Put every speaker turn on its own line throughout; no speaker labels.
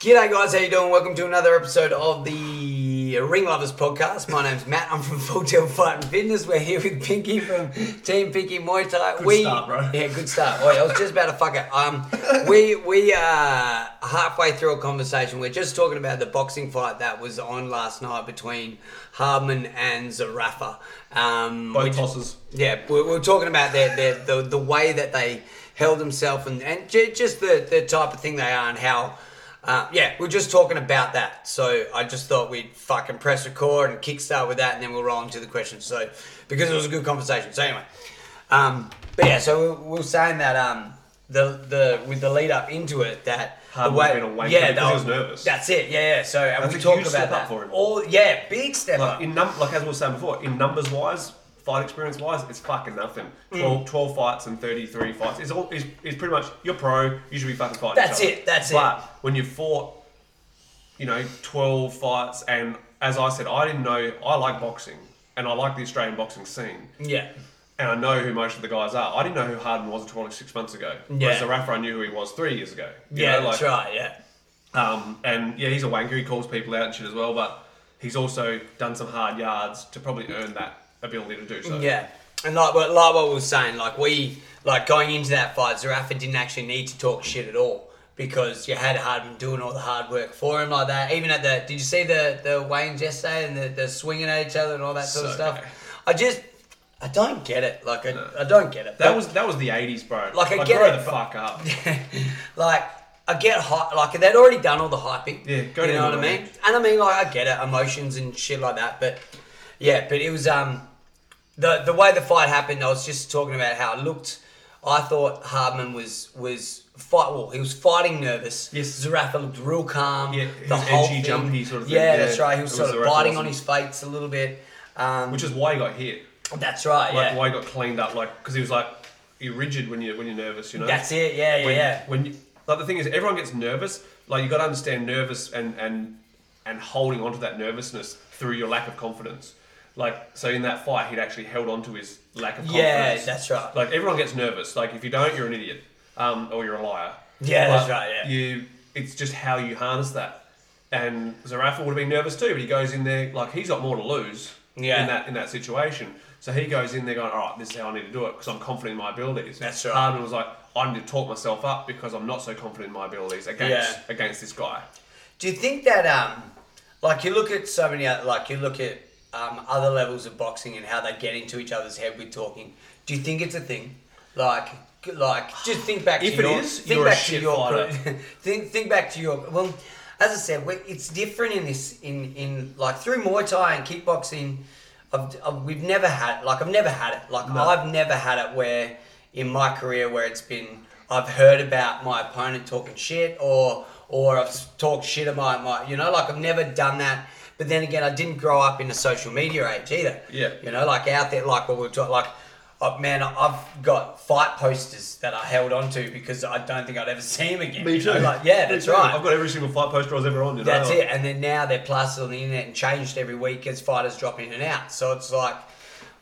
G'day guys, how you doing? Welcome to another episode of the Ring Lovers Podcast. My name's Matt. I'm from Full Tilt Fight and Fitness. We're here with Pinky from Team Pinky Muay Thai. Good we,
start, bro.
Yeah, good start. Boy, I was just about to fuck it. Um, we we are halfway through a conversation. We're just talking about the boxing fight that was on last night between Hardman and Zarafa. Um,
Both
which-
tosses.
yeah, we we are talking about their, their the, the way that they held themselves and, and ju- just the, the type of thing they are and how. Uh, yeah, we are just talking about that. So I just thought we'd fucking press record and kickstart with that and then we'll roll into the questions. So, because it was a good conversation. So, anyway. Um, but yeah, so we we were saying that um, the the with the lead up into it that
Harden
the way
was being awake
yeah
because he was
that-
nervous.
That's it. Yeah, yeah. So and
That's
we
a
talked
huge
about
step up
that
for him.
All yeah, big step
Like
up.
in num like as we were saying before, in numbers wise, fight experience wise, it's fucking nothing. 12, 12 fights and thirty three fights. It's all it's, it's pretty much you're pro, you should be fucking fighting.
That's
each other.
it, that's it.
but when you fought, you know, twelve fights and as I said, I didn't know I like boxing and I like the Australian boxing scene.
yeah.
And I know who most of the guys are. I didn't know who Harden was until like six months ago.
Yeah.
Whereas the rapper I knew who he was three years ago. You
Yeah,
know, like-
that's right, yeah.
Um, and yeah, he's a wanker. He calls people out and shit as well. But he's also done some hard yards to probably earn that ability to do so.
Yeah, and like what like what we were saying, like we like going into that fight, Zarafa didn't actually need to talk shit at all because you had Hardman doing all the hard work for him like that. Even at the did you see the the Wayne's yesterday and the, the swinging at each other and all that sort of
So
stuff?
gay.
I just I don't get it. Like I, I don't get it.
That was that was the '80s, bro.
Like, I get
grow
it,
the
but-
fuck up.
like I get hype. Like they'd already done all the hyping.
Yeah, go
you
down
know what
the
I
line.
mean. And I mean, like I get it, emotions and shit like that. But yeah, but it was um the the way the fight happened. I was just talking about how it looked. I thought Hardman was was fight. Well, he was fighting nervous.
Yes.
Zarafa looked real calm.
Yeah, he
the
was
whole
edgy,
thing.
jumpy sort of thing.
Yeah,
Yeah,
that's right. He was
it
sort
was
of
Zarafa
biting on
wasn't-
his fates a little bit. Um,
Which is why he got hit.
that's right.
Like
yeah,
why he got cleaned up. Like because he was like you're rigid when you when you're nervous. You know.
that's it. Yeah, yeah,
when,
yeah.
When you, like the thing is, everyone gets nervous. Like you got to understand nervous and and and holding onto that nervousness through your lack of confidence. Like so, in that fight, he'd actually held onto his lack of
Yeah,
confidence.
that's right.
Like everyone gets nervous. Like if you don't, you're an idiot, um, or you're a liar.
Yeah, that's
But
right, yeah.
you. It's just how you harness that. And Zarafa would have been nervous too, but he goes in there like he's got more to lose.
Yeah.
In that in that situation, so he goes in there going, all right, this is how I need to do it because I'm confident in my abilities. Um,
That's right.
Hardman was like, I need to talk myself up because I'm not so confident in my abilities against
Yeah.
against this guy.
Do you think that um, like you look at so many oth- like you look at um, other levels of boxing and how they get into each other's head with talking? Do you think it's a thing? Like, g- like just think back
If
to
it
your
is,
think
you're a
back
shit
to your
fighter.
career- think think back to your well. As I said, we- it's different in this in in like through Muay Thai and kickboxing. I've, I've, we've never had like I've never had it like I've never had it where in my career where it's been I've heard about my opponent talking shit or or I've s- talked shit about my you know like I've never done that. But then again, I didn't grow up in a social media age either.
Yeah.
you know, like out there, like what we're talking, like. Oh, man, I've got fight posters that I held onto because I don't think I'd ever see him again. you know, Like, yeah,
Me
that's
too.
right.
I've got every single fight poster I was ever on. You know?
That's
like-
it. And then now they're plastered on the internet and changed every week as fighters drop in and out. So it's like,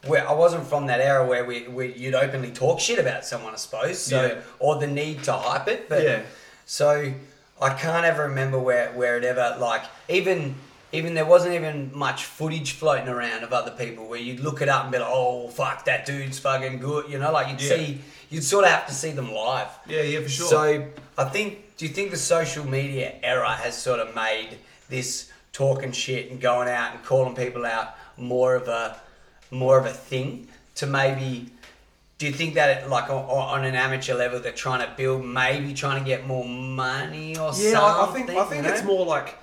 where I wasn't from that era where we, we you'd openly talk shit about someone, I suppose. So
Yeah.
or the need to hype it. But
Yeah.
so I can't ever remember where where it ever like even. Even there wasn't even much footage floating around of other people where you'd look it up and be like, "Oh fuck, that dude's fucking good," you know. Like you'd
Yeah.
see, you'd sort of have to see them live.
Yeah, yeah, for sure.
So I think, do you think the social media era has sort of made this talking shit and going out and calling people out more of a more of a thing to maybe? Do you think that it, like on, on an amateur level they're trying to build, maybe trying to get more money or something?
Yeah, I, I think I
you
think
know?
it's more like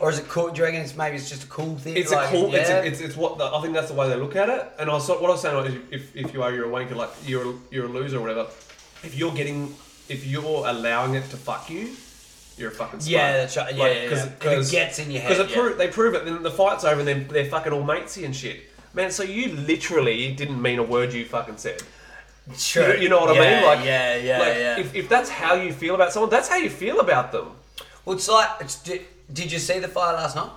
Or is it cool? Do you reckon it's maybe it's just a cool thing?
it's
like,
a cool. It's,
yeah?
a, it's it's what the, I think that's the way they look at it. And I was, what I was saying is, if, if you are you're a wanker, like you're a- you're a loser or whatever. If you're getting if you're allowing it to fuck you, you're a fucking slut.
Yeah, that's right. Yeah, yeah, yeah. If it gets in your head,
Because
yeah.
they prove it, then the fight's over and then they're fucking all matesy and shit. Man, so you literally didn't mean a word you fucking said.
Sure.
You, you know what I mean?
Yeah,
Like,
yeah, yeah,
like,
yeah.
If, if that's how you feel about someone, that's how you feel about them.
well, it's like, it's, did, did you see the fight last night?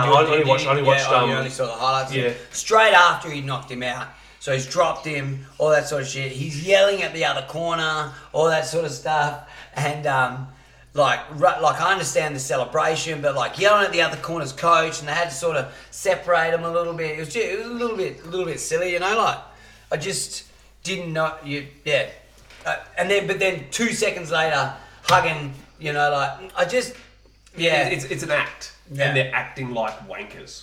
Did
I
you-
only
did
watched,
you-
I only
yeah,
watched,
oh,
um,
you only saw the highlights.
yeah.
Straight after he knocked him out, so he's dropped him, all that sort of shit. He's yelling at the other corner, all that sort of stuff, and um, like, ru- like I understand the celebration, but like yelling at the other corner's coach, and they had to sort of separate him a little bit. It was just, it was a little bit, a little bit silly, you know. Like, I just didn't know. You, yeah. Uh, and then, but then two seconds later, hugging, you know, like I just, yeah,
It's, it's an act,
Yeah.
and they're acting like wankers.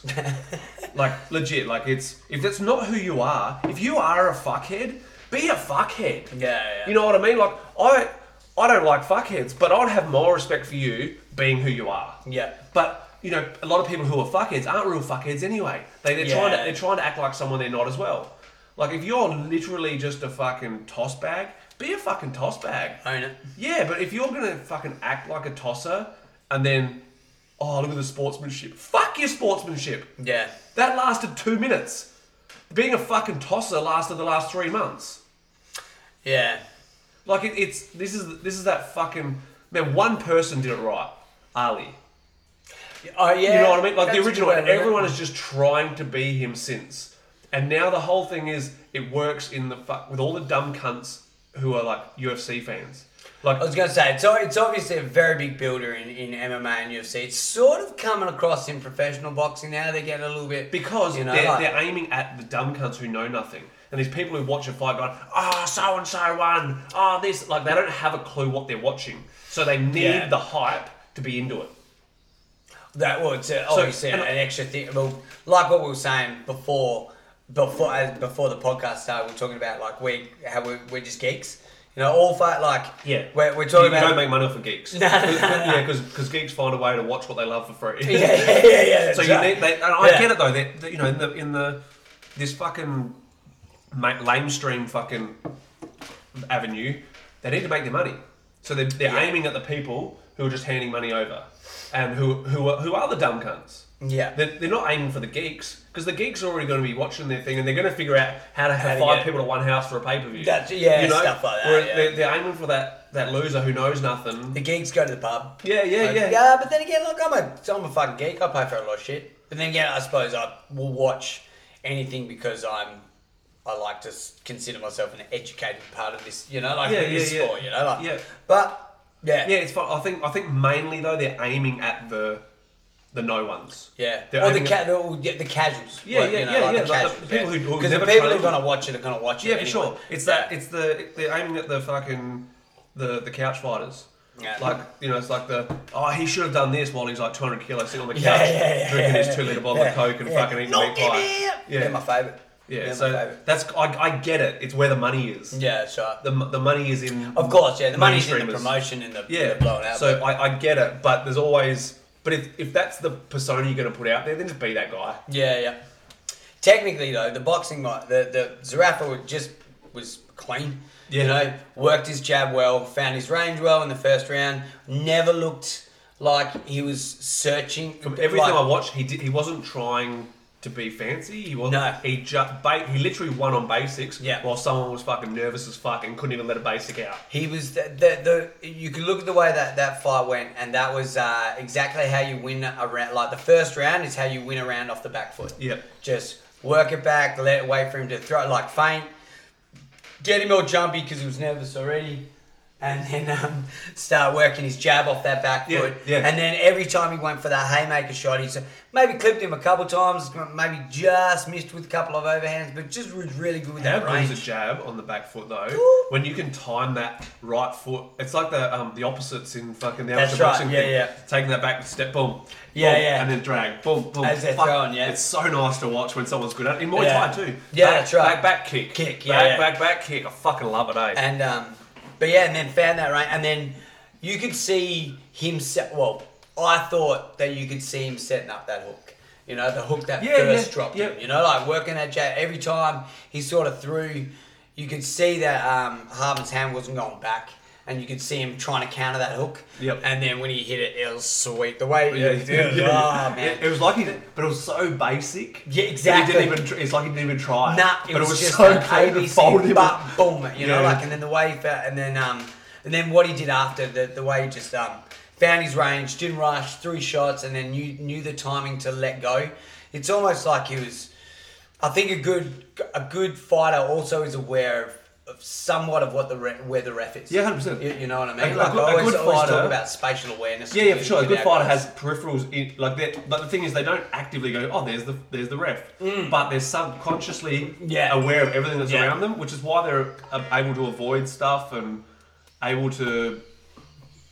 like legit, like it's if that's not who you are. If you are a fuckhead, be a fuckhead.
Yeah, yeah.
You know what I mean? Like I, I don't like fuckheads, but I'd have more respect for you being who you are.
Yeah.
But you know, a lot of people who are fuckheads aren't real fuckheads anyway. They they're trying to
Yeah.
they're trying to act like someone they're not as well. Like if you're literally just a fucking toss bag, be a fucking toss bag.
own it.
Yeah, but if you're gonna fucking act like a tosser and then, oh look at the sportsmanship. Fuck your sportsmanship.
Yeah.
That lasted two minutes. Being a fucking tosser lasted the last three months.
Yeah.
Like it, it's this is this is that fucking man. One person did it right, Ali.
Oh yeah.
You know what I mean? Like
That's
the original,
good,
and
isn't it?
everyone is just trying to be him since. And now the whole thing is it works in the fuck with all the dumb cunts who are like UFC fans. Like
I was gonna say it's al- it's obviously a very big builder in, in MMA and UFC. It's sort of coming across in professional boxing now. They get a little bit
Because
you know
they're,
like-
they're aiming at the dumb cunts who know nothing. And these people who watch a fight going, oh, so and so won, oh, this. Like, they don't have a clue what they're watching. So they need
Yeah.
the hype to be into it.
that. Well, it's a, obviously
and-
an extra thing. Well, like what we were saying before, before as- before the podcast started, we were talking about like we how we we're just geeks. You know, all fight like We're, we're talking
you,
about
don't make money off of geeks. yeah, because geeks find a way to watch what they love for free.
yeah yeah yeah. yeah
so
that's
you
right.
need, they, and I
Yeah.
get it though. That, that, you know, in the in the this fucking ma- lamestream fucking avenue, they need to make their money. So they're, they're aiming at the people who are just handing money over, and who who are, who are the dumb cunts.
Yeah.
they're, they're not aiming for the geeks because the geeks are already going to be watching their thing, and they're going to figure out how to have
to
five
get-
people to one house for a pay per view.
That's- yeah, stuff like that, yeah.
They're, they're aiming for that that loser who knows nothing.
the geeks go to the pub.
Yeah, yeah,
Like,
yeah.
Yeah, but then again, look, I'm a, I'm a fucking geek. I pay for a lot of shit. But then again, I suppose I will watch anything because I'm, I like to s- consider myself an educated part of this, you know, like
Yeah,
this
yeah, yeah.
sport, you know, like.
Yeah.
But yeah,
Yeah, it's fine. I think I think mainly though they're aiming at the the no ones.
yeah.
They're
or the
aiming
ca-
at-
the, or, yeah, the casuals.
Yeah,
like,
yeah,
you know,
yeah,
like The
yeah, like the-
casuals,
the people who- who
because the
never
people who are
trained.
gonna watch it are gonna watch it.
yeah,
anyway.
for sure. It's that it's the they're aiming at the fucking the the couch fighters.
Yeah.
Like you know, it's like the oh he should have done this while he's like 200 kilos sitting on the couch
Yeah, yeah, yeah,
drinking his
yeah,
two liter bottle
yeah,
of coke and
yeah.
fucking eating
Knock
meat pie.
him out!
Yeah,
They're my favorite.
yeah.
They're
so
my favorite.
that's I, I get it. It's where the money is.
Yeah, sure.
The, m- the money is in
Of course, yeah. The money's in the
mainstreamers.
promotion and the, and
Yeah,
the blowing out.
So I, I get it, but there's always. But if, if that's the persona you're going to put out there, then just be that guy.
Yeah, yeah. Technically, though, the boxing might the the Zarafa would just was clean. You
Yeah.
know, worked his jab well, found his range well in the first round. Never looked like he was searching.
From everything
like-
I watched, he did, he wasn't trying to be fancy. He wasn't.
No.
He just ba- he literally won on basics.
Yeah.
While someone was fucking nervous as fuck and couldn't even let a basic out.
He was the, the, the you could look at the way that that fight went, and that was uh, exactly how you win a round. Like the first round is how you win a round off the back foot.
Yep.
Just work it back, let wait for him to throw like feint, get him all jumpy because he was nervous already, and then um, start working his jab off that back
Yeah,
foot.
yeah.
And then every time he went for that haymaker shot, he maybe clipped him a couple times, maybe just missed with a couple of overhands, but just was really good with
How
that
good
range.
is a jab on the back foot though?
Ooh.
When you can time that right foot, it's like the um, the opposites in fucking the
That's
amateur
right,
boxing
yeah,
thing.
yeah.
Taking that back step, boom,
Yeah,
boom,
yeah.
and then drag, boom, boom.
As they're throwing, yeah.
It's so nice to watch when someone's good at it. In Muay
Yeah.
Thai too.
Yeah,
back,
that's right.
Back back kick,
Kick,
back,
yeah, yeah.
back back kick. I fucking love it, eh?
and um, but yeah, and then found that right, and then you could see him set. Well, I thought that you could see him setting up that hook. You know, the hook that
Yeah,
first
yeah,
dropped
yeah.
him. You know, like working that jab every time he sort of threw. You could see that um, Harvin's hand wasn't going back. and you could see him trying to counter that hook.
Yep.
And then when he hit it, it was sweet. The way
Yeah, Ah,
he did it,
yeah.
oh, man.
It, it was like he, did, but it was so basic.
Yeah,
that
exactly.
He didn't even. tr- It's like he didn't even try.
Nah, it
but
was, just
so
an
clean and
ABC
folded.
but boom, you know,
Yeah.
like and then the way he fa- and then um and then what he did after the the way he just um found his range, didn't rush, threw his shots, and then knew knew the timing to let go. It's almost like he was. I think a good a good fighter also is aware of. Of somewhat of what the re- where the ref is.
Yeah, 100%.
You, you know what I mean?
A- a
like
good-
I
a
always,
good
always talk
fighter-
about spatial awareness.
Yeah, yeah, for
with-
sure. A
with
good
our
fighter
guys.
has peripherals in like that. But the thing is, they don't actively go, "Oh, there's the there's the ref," but they're subconsciously
Yeah.
aware of everything that's
Yeah.
around them, which is why they're uh, able to avoid stuff and able to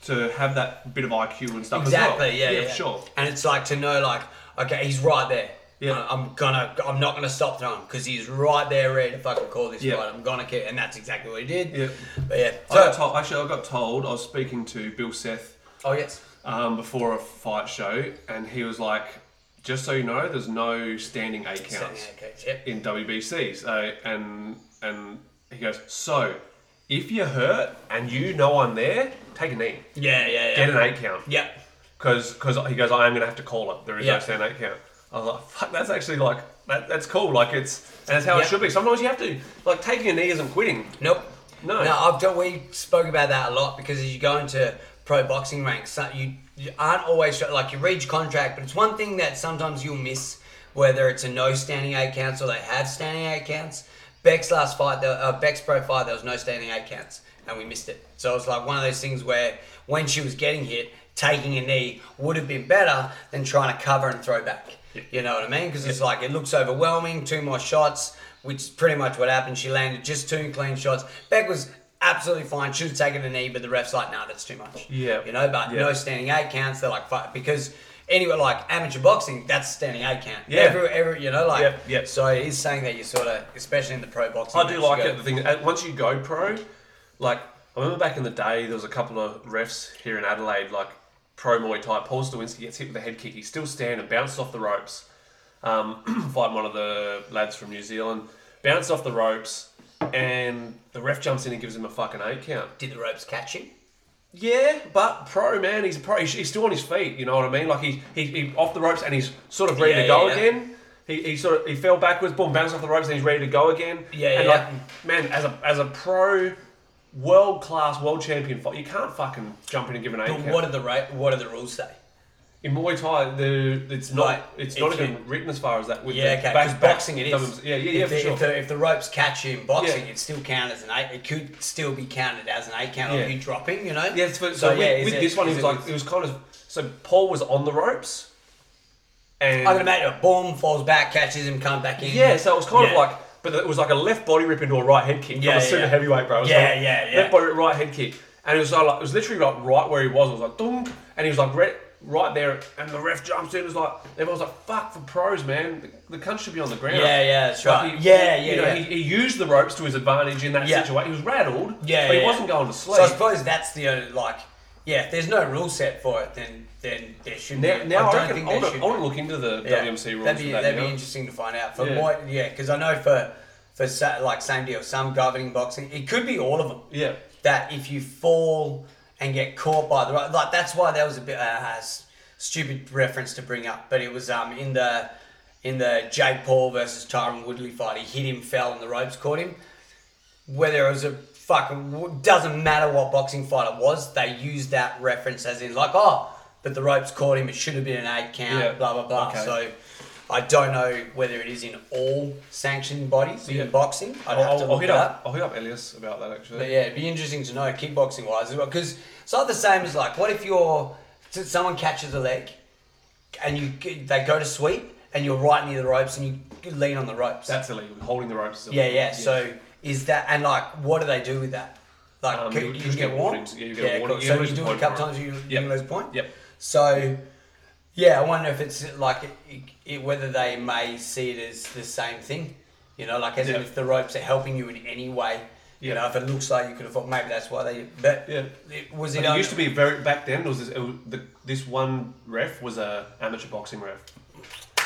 to have that bit of IQ and stuff.
Exactly.
As well.
Yeah, yeah,
for sure.
And it's like to know, like, okay, he's right there.
Yeah.
I- I'm gonna, I'm not gonna stop throwing because he's right there, ready to fucking call this
Yeah.
fight. I'm gonna kick, and that's exactly what he did.
Yeah.
But yeah.
I got told, actually, I got told I was speaking to Bill Seth
oh yes.
um, before a fight show, and he was like, "Just so you know, there's no standing eight counts
Seventy-eight kicks, Yep.
in WBCs." Uh, and and he goes, "So, if you're hurt and you know I'm there, take a knee,
Yeah, yeah, yeah.
get an eight count,
Yep.
because he goes, I am gonna have to call it. There is
Yeah.
no stand eight count." I was like, "Fuck, that's actually like that, that's cool. Like it's and that's how
Yeah.
it should be. Sometimes you have to like taking a knee isn't quitting.
Nope.
No.
No, I've done, we spoke about that a lot because as you go into pro boxing ranks, so- you, you aren't always like you read your contract, but it's one thing that sometimes you'll miss whether it's a no standing eight counts or they have standing eight counts. Beck's last fight, the uh, Beck's pro fight, there was no standing eight counts and we missed it. So it was like one of those things where when she was getting hit, taking a knee would have been better than trying to cover and throw back. You know what I mean? Because it's like it looks overwhelming. Two more shots, which is pretty much what happened. She landed just two clean shots. Beck was absolutely fine. Should have taken a knee, but the ref's like, nah, that's too much.
Yeah.
You know, but
Yeah.
no standing eight counts. They're like, fuck. Because anyway, like amateur boxing, that's a standing eight count.
Yeah.
Every, every, you know, like,
Yep, yep.
so it is saying that you sort of, especially in the pro boxing.
I do
ranks,
like
you
it. The
go-
thing uh, once you go pro, like I remember back in the day, there was a couple of refs here in Adelaide, like pro Muay Thai. Paul Stawinski gets hit with a head kick. He's still standing, and bounces off the ropes. Um, fighting one of the lads from New Zealand, bounced off the ropes, and the ref jumps in and gives him a fucking eight count.
Did the ropes catch him?
Yeah, but pro man, he's a pro. He's, he's still on his feet. You know what I mean? Like he's he, he off the ropes and he's sort of ready
Yeah,
to go
yeah, yeah.
again. He, he sort of he fell backwards, boom, bounced off the ropes, and he's ready to go again.
Yeah,
and
yeah,
like man, as a as a pro, world class, world champion fight, you can't fucking jump in and give an eight.
But
count.
what do the ra- what do the rules say?
in Muay Thai, the it's not
Right,
it's
if
not
you-
even written as far as that. With
Yeah,
the
okay.
back-
Because
back-
boxing, it is.
Yeah, yeah, yeah,
if,
for
the,
sure.
if, the, if the ropes catch you in boxing,
Yeah.
it still count as an eight. It could still be counted as an eight count
Yeah.
of you dropping. You know.
Yeah, so, so with,
is
with
it-
this one,
is
it was like it was kind of so Paul was on the ropes, and
I can imagine. Boom, falls back, catches him, comes back in.
Yeah, so it was kind
Yeah.
of like, but it was like a left body rip into a right head kick.
Yeah,
Yeah, from a super
yeah.
heavyweight, bro. It was
Yeah,
like
yeah, yeah.
Left body rip, right head kick, and it was uh, like, it was literally like right where he was. It was like dunk, and he was like re- right there, and the ref jumps in. It was like everyone was like, "Fuck for pros, man. The, the cunt should be on the ground."
Yeah, yeah, that's
Like,
right.
he-
Yeah, yeah,
You know,
yeah.
He, he used the ropes to his advantage in that
Yeah.
situation. He was rattled,
Yeah,
but
yeah,
he
yeah.
wasn't going to sleep.
So I suppose that's the only like. Yeah, if there's no rule set for it, then then there should
now,
be.
now
I
I,
don't
reckon
think
I
there
want
should
to
be.
look into the WMC rules.
That'd be,
for that,
that'd
you
be
know?
interesting to find out for
Yeah.
more. Yeah, because I know for for sa- like same deal, some governing boxing, it could be all of them.
Yeah.
that if you fall and get caught by the right, like that's why that was a bit uh, s- stupid reference to bring up, but it was um in the in the Jake Paul versus Tyron Woodley fight, he hit him, fell, and the ropes caught him. Whether it was a fucking doesn't matter what boxing fight it was, they used that reference as in like oh, but the ropes caught him, it should have been an eight count,
Yeah.
blah blah blah.
Okay.
So. I don't know whether it is in all sanctioned bodies
Yeah.
in boxing. I'd
I'll,
have to
I'll
look
hit
it
up.
up.
I'll hit up Elias about that actually.
But yeah, it'd be interesting to know kickboxing wise as well, because it's not the same as like, what if you're so someone catches a leg, and you they go to sweep, and you're right near the ropes, and you lean on the ropes.
That's illegal. Holding the ropes. Is
yeah,
illegal.
yeah, So is that and like, what do they do with that? Like,
Um,
could-
you-
you,
you
get,
just get
warned.
warnings. Yeah, you get a warning.
cool.
You
So
lose
you
a
do it a
point
couple
for it.
times, you,
Yep.
you lose a point.
Yep.
So. Yeah, I wonder if it's like it, it, whether they may see it as the same thing, you know, like as
Yeah.
in if the ropes are helping you in any way, you
Yeah.
know, if it looks like you could have, fought, maybe that's why they. But
Yeah.
it, was it?
But it used to be very back then. There was this, it was the, this one ref was a amateur boxing ref.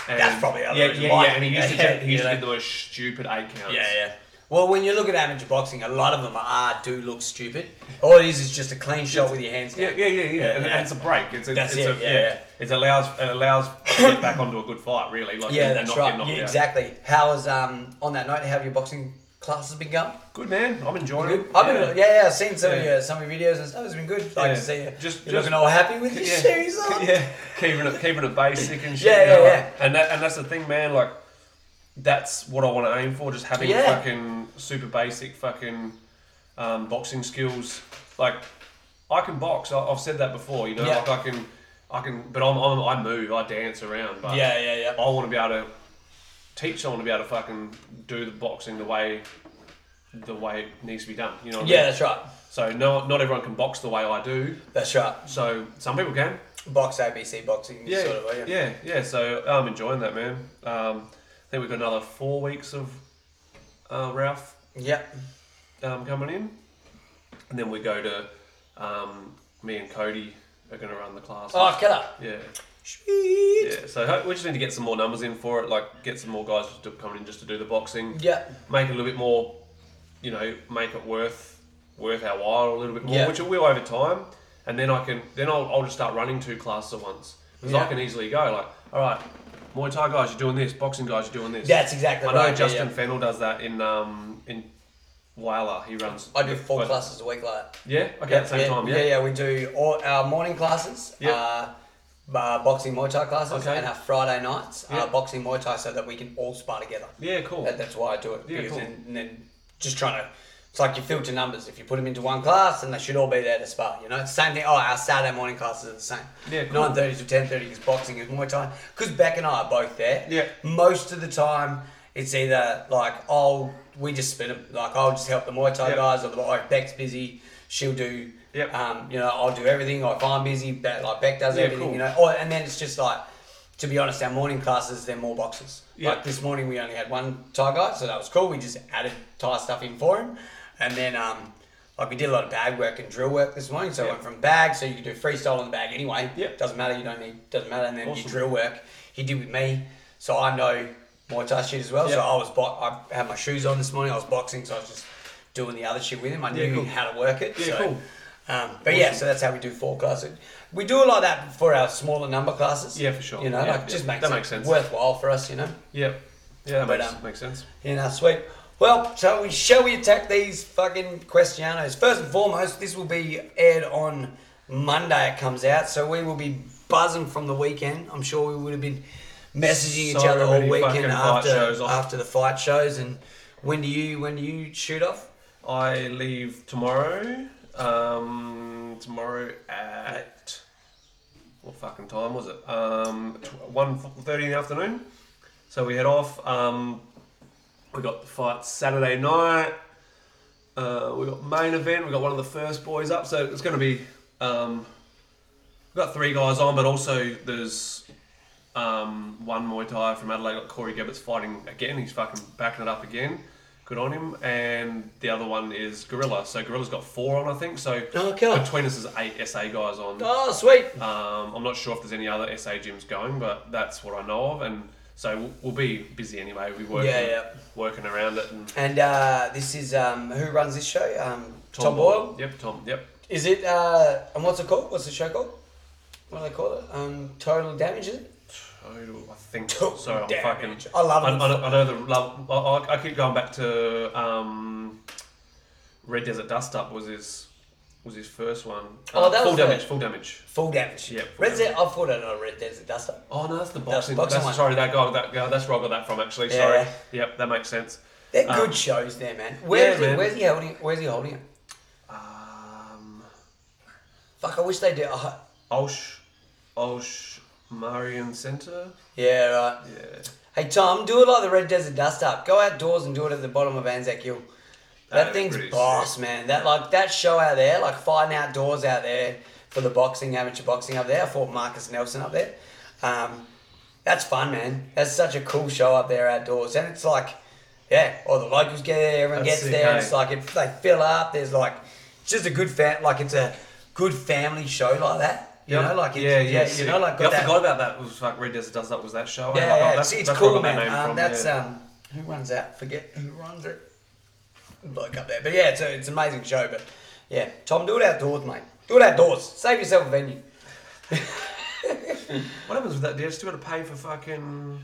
And
That's probably the other
yeah,
reason
yeah,
why.
yeah. And he used to
Yeah,
he used
yeah.
to give the most stupid eight counts.
Yeah, yeah. Well, when you look at amateur boxing, a lot of them are do look stupid. All it is is just a clean shot with your hands
Yeah,
down.
yeah, yeah, yeah. And,
yeah.
and it's a break. It's, a,
That's
it's
it,
A,
yeah,
It allows it allows to get back onto a good fight. Really, like
Yeah,
and
that's
not
right.
Get knocked
Yeah,
out.
exactly. How is um on that note? How have your boxing classes been going?
Good man. I'm enjoying
Good.
it.
I've been yeah, yeah. I've seen some of
Yeah.
your some of your videos and stuff. It's been good. Like
Yeah.
to see you.
Just-
you're
just-
looking all happy with your
yeah.
shoes on.
yeah, keeping it keeping it basic and shit.
Yeah,
you know,
yeah,
like-
yeah.
And that and that's the thing, man. Like, that's what I want to aim for. Just having
Yeah.
fucking super basic fucking um, boxing skills. Like, I can box. I, I've said that before. You know,
Yeah.
like I can, I can. But I'm, I'm I move. I dance around. But
Yeah, yeah, yeah.
I want to be able to teach someone to be able to fucking do the boxing the way the way it needs to be done. You know. What I
Yeah,
mean?
that's right.
So no, not everyone can box the way I do.
That's right.
So some people can.
Box ABC boxing
Yeah,
sort of way. Yeah.
yeah, yeah. So oh, I'm enjoying that, man. Um, I think we've got another four weeks of uh, Ralph
Yeah.
um, coming in, and then we go to um, me and Cody are going to run the class.
Oh, get up.
yeah,
Sweet.
yeah. So ho- we just need to get some more numbers in for it. Like get some more guys to come in just to do the boxing.
Yeah.
Make it a little bit more, you know, make it worth worth our while a little bit more,
Yeah.
which it will over time. And then I can then I'll, I'll just start running two classes at once because I
Yeah.
can easily go like, all right, Muay Thai guys, you're doing this. Boxing guys, you're doing this.
That's exactly
I know
right, yeah,
Justin
yeah.
Fennell does that in um in Wyala. He runs.
I do four
but-
classes a week like that.
Yeah. Okay. at the same
yeah,
time. Yeah.
yeah, We do all our morning classes,
Yeah.
uh, uh, boxing Muay Thai classes,
Okay.
and our Friday nights,
Yeah.
uh, boxing Muay Thai, so that we can all spar together.
Yeah, cool.
That, that's why I do it.
Yeah,
because
cool.
then, then just trying to, it's like you filter numbers. If you put them into one class, then they should all be there to spar. You know, it's the same thing. Oh, our Saturday morning classes are the same.
Yeah, cool.
Nine thirty to ten thirty is boxing is Muay Thai. Because Beck and I are both there.
Yeah.
Most of the time, it's either like I'll we just split them. Like I'll just help the Muay Thai
Yeah.
guys, or the or if Beck's busy, she'll do.
Yep.
Um, you know, I'll do everything. Or if I'm busy, Beck, like Beck does
Yeah,
everything.
cool.
You know, or, and then it's just like, to be honest, our morning classes they're more boxes.
Yeah.
Like this morning we only had one Thai guy, so that was cool. We just added Thai stuff in for him, and then um, like we did a lot of bag work and drill work this morning. So I
Yeah.
went from bag, so you could do freestyle on the bag anyway.
Yeah.
Doesn't matter. You don't need. Doesn't matter. And then you
Awesome.
drill work. He did with me, so I know more Thai shit as well. So
Yeah.
I was bo- I had my shoes on this morning. I was boxing, so I was just doing the other shit with him. I knew
Yeah, cool.
how to work it.
Yeah,
so.
cool.
Um, but yeah, so that's how we do forecasting. We do a lot of that for our smaller number classes.
Yeah, for sure.
You know,
Yeah,
like
yeah.
just makes
That
it
makes sense.
worthwhile for us. You know,
Yeah. Yeah. That
But,
makes,
um,
makes sense.
in our sweet. Well, shall we? Shall we attack these fucking questionnaires first and foremost? This will be aired on Monday. It comes out, so we will be buzzing from the weekend. I'm sure we would have been messaging each
So
other all
many
weekend
fucking fight
after
shows off.
after the fight shows. And when do you when do you shoot off?
I leave tomorrow. Um, tomorrow at what fucking time was it? Um, tw- one thirty in the afternoon. So we head off. Um, we got the fight Saturday night. Uh, we got main event. We got one of the first boys up. So it's going to be. Um, we've got three guys on, but also there's um, one Muay Thai from Adelaide, got Corey Gebbett's fighting again. He's fucking backing it up again. Good on him. And the other one is Gorilla. So Gorilla's got four on, I think. So
Oh, cool.
between us is eight SA guys on.
Oh, sweet.
Um, I'm not sure if there's any other SA gyms going, but that's what I know of. And so we'll, we'll be busy anyway. We'll be working,
Yeah, yeah.
working around it. And
And uh, this is um, who runs this show? Um, Tom, Boyle.
Yep, Tom. Yep.
Is it? Uh, and what's it called? What's the show called? What do they call it? Um, total damage. Is it?
Total, I think.
Total
sorry, I'm
damage.
fucking.
I love
I,
them.
I, know- I know the love. I, I, I keep going back to um, Red Desert Dust Up was his was his first one.
Oh,
Uh,
that
full
was the-
damage. Full damage.
Full damage.
Yeah, full
Red Desert. I thought I know Red Desert Duster.
Oh no, that's the
That's the
boxing. That's,
boxing one.
sorry, that guy. That guy. That's where I got that from. Actually,
Yeah.
sorry. Yep, that makes sense.
They're
Um,
good shows, there, man. Where's he,
man.
Where's he holding? it? Where's he holding it?
Um,
Fuck! I wish they did. Oh,
Osh, Osh Marion Center.
yeah, right.
Yeah.
Hey Tom, do it like the Red Desert Dust Up. Go outdoors and do it at the bottom of Anzac Hill. That
That'd be
thing's
pretty
boss,
sick.
man. That like that show out there, like fighting outdoors out there for the boxing, amateur boxing up there. I fought Marcus Nelson up there. Um, that's fun, man. That's such a cool show up there outdoors, and it's like, yeah, all the locals get there, everyone gets
That's sick,
there.
eh?
It's like it, they fill up. There's like, it's just a good fam, like it's a good family show like that. You
Yep.
know, like it's,
yeah, yeah,
you know, like got
yeah, I
that
forgot about that. It was like Red Desert does that. Was that show?
yeah,
Like, oh,
yeah,
that's,
it's, Um, it's
that's where I
cool,
got that
man.
name
Um,
from,
that's
yeah.
um, who runs that? Forget who runs it. bloke up there. But yeah, it's, a, it's an amazing show. But yeah, Tom, do it outdoors, mate. Do it outdoors. Save yourself a venue.
What happens with that? Do you still got to pay for fucking?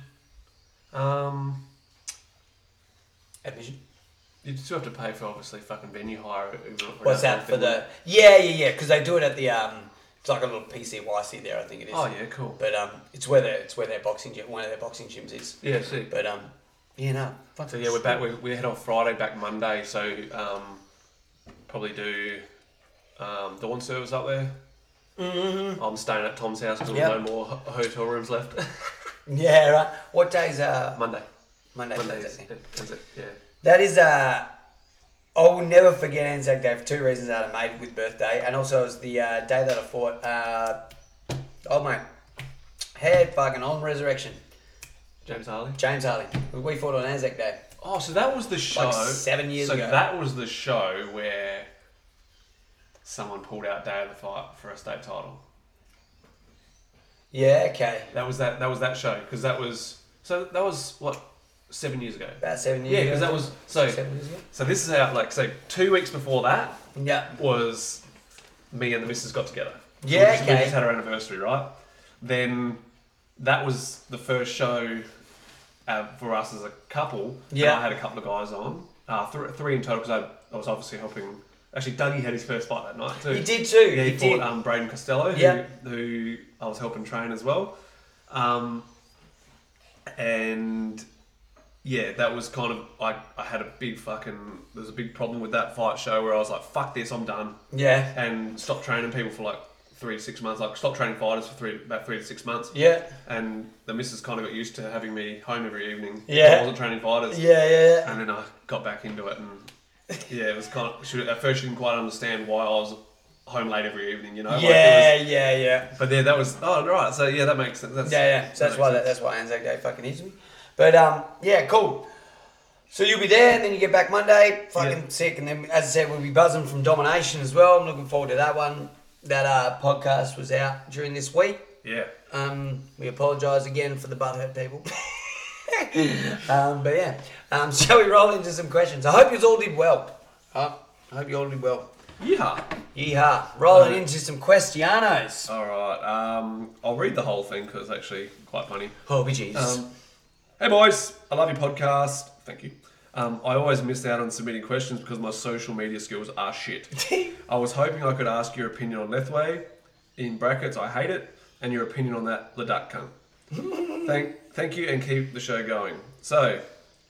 Um,
Admission.
you still have to pay for obviously fucking venue hire. Uber,
What's that for the? Yeah, yeah, yeah. Because they do it at the um, it's like a little PCYC there, I think it is.
Oh yeah, cool.
But um, it's where their it's where their boxing gym, one of their boxing gyms is.
Yeah, see.
But um, yeah, no. fuck
So
it.
yeah, we're back. We, we head off Friday, back Monday. So um, probably do um, dawn service up there. Mm-hmm. I'm staying at Tom's house because
Yep.
no more ho- hotel rooms left.
Yeah, right. What day's uh
Monday.
Monday?
Monday.
Thursday.
Is, is it? Yeah.
That is uh I will never forget Anzac Day for two reasons that I made with birthday, and also it was the uh, day that I fought. Uh, oh my, head fucking on resurrection,
James Harley.
James Harley. We fought on Anzac Day.
Oh, so that was the show.
seven years
so
ago.
that was the show where someone pulled out day of the fight for a state title.
Yeah, okay,
That was that. That was that show because that was so that was what seven years ago.
about seven years.
Yeah,
ago.
because that was so.
seven years ago.
So this is how like so two weeks before that
Yeah,
was me and the missus got together.
Yeah,
we just, we
okay.
just had our anniversary, right? Then that was the first show uh, for us as a couple. and
Yeah.
I had a couple of guys on, uh, three, three in total, because I, I was obviously helping. Actually, Dougie had his first fight that night too.
He did too,
Yeah, he,
he
fought
did.
Um, Braden Costello, who,
Yeah.
who I was helping train as well. Um, and yeah, that was kind of I, I had a big fucking there was a big problem with that fight show where I was like, fuck this, I'm done.
yeah,
And stopped training people for like three to six months. Like stopped training fighters for three about three to six months.
yeah,
And the missus kinda got used to having me home every evening.
Yeah.
I wasn't training fighters.
yeah, yeah.
And then I got back into it and yeah, it was kind of she, at first she didn't quite understand why I was home late every evening, you know?
Yeah,
Like, it
yeah,
was-
yeah, yeah.
but yeah, that was oh right, so yeah, that makes sense. That's,
Yeah, yeah. So that's
makes
why
sense.
that, that's why Anzac Day fucking hits me. But um, yeah, cool. So you'll be there, and then you get back Monday, fucking
Yeah.
sick, and then as I said, we'll be buzzing from Domination as well. I'm looking forward to that one. That uh, podcast was out during this week.
Yeah.
Um, we apologise again for the butthurt people. um, but yeah, um, shall we roll into some questions? I hope you all did well. Uh, I hope you all did well.
Yeah.
Yeehaw!
Uh,
Rolling into some questionos.
All right. Um, I'll read the whole thing because it's actually quite funny.
Oh, Jesus.
Um, hey boys, I love your podcast. Thank you. Um, I always miss out on submitting questions because my social media skills are shit. I was hoping I could ask your opinion on Lethway, in brackets, I hate it, and your opinion on that Leduc cunt. thank, thank you and keep the show going. So,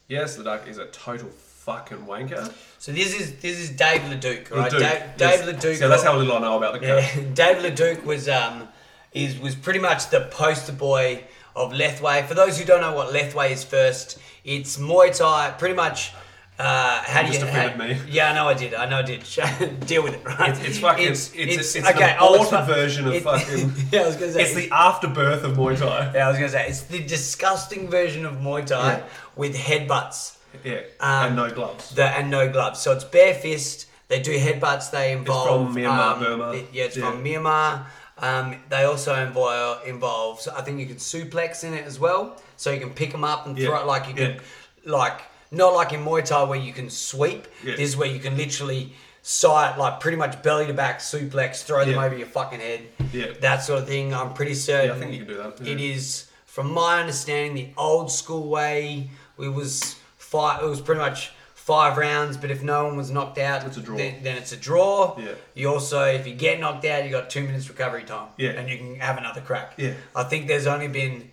yes, Leduc is a total fucking wanker.
So this is this is Dave Leduc, right?
Leduc,
Dave,
yes.
Dave Leduc.
So that's how little I know about the cunt.
Dave Leduc was um is was pretty much the poster boy of Lethway. For those who don't know what Lethway is, first it's Muay Thai. Pretty much. Uh, how do
just
you?
offended
how-
me.
Yeah, I know I did. I know I did. Deal with it, right?
It's- it's fucking- it's- it's an
I'll
aborted
explain-
version of fucking-
yeah, I was gonna say.
It's the afterbirth of Muay Thai.
yeah, I was gonna say it's the disgusting version of Muay Thai
Yeah.
with headbutts.
Yeah,
Um,
and no gloves.
the, and no gloves. So it's bare fist. They do headbutts. They involve
Myanmar,
um,
Burma.
it- yeah, it's
Yeah.
from Myanmar. Um, they also involve involve. So I think you can suplex in it as well. So you can pick them up and
Yeah.
throw it like you can,
Yeah.
like not like in Muay Thai where you can sweep.
Yeah.
This is where you can literally side like pretty much belly to back suplex, throw them
Yeah.
over your fucking head.
Yeah.
that sort of thing. I'm pretty certain.
think you can do that,
It
yeah.
is, from my understanding, the old school way. It was five. It was pretty much five rounds, but if no one was knocked out,
It's a draw.
Then, then it's a draw.
Yeah.
You also, if you get knocked out, you got two minutes recovery time.
Yeah.
And you can have another crack.
Yeah.
I think there's only been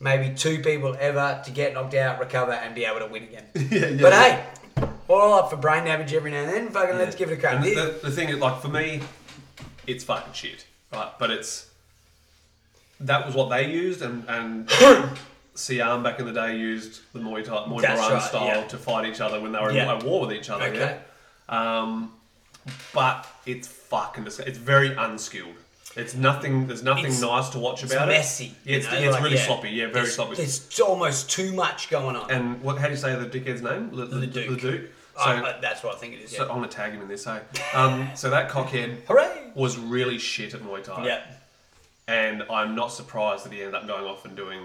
maybe two people ever to get knocked out, recover, and be able to win again.
Yeah, yeah,
but
yeah.
hey. We're all up for brain damage every now and then. Fucking let's give it a crack.
And
This-
the, the thing is, like for me, it's fucking shit, right? But it's that was what they used, and and Siam back in the day used the Muay Thai Muay
That's
Thai
right,
style
yeah.
to fight each other when they were
Yeah.
at war with each other.
Okay.
Yeah? Um, but it's fucking disg- it's very unskilled. It's nothing. There's nothing
It's-
nice to watch about it.
messy.
Yeah,
you
it's,
know,
it's
like,
really sloppy. Yeah, very
There's-
sloppy.
There's almost too much going on.
And what? How do you say the dickhead's name? Le, Le,
Leduc.
Le Duc.
I- I- that's what I think it is.
So
yeah.
I'm gonna tag him in this, hey. Um, so that cockhead
Hooray!
was really shit at Muay Thai,
Yeah.
and I'm not surprised that he ended up going off and doing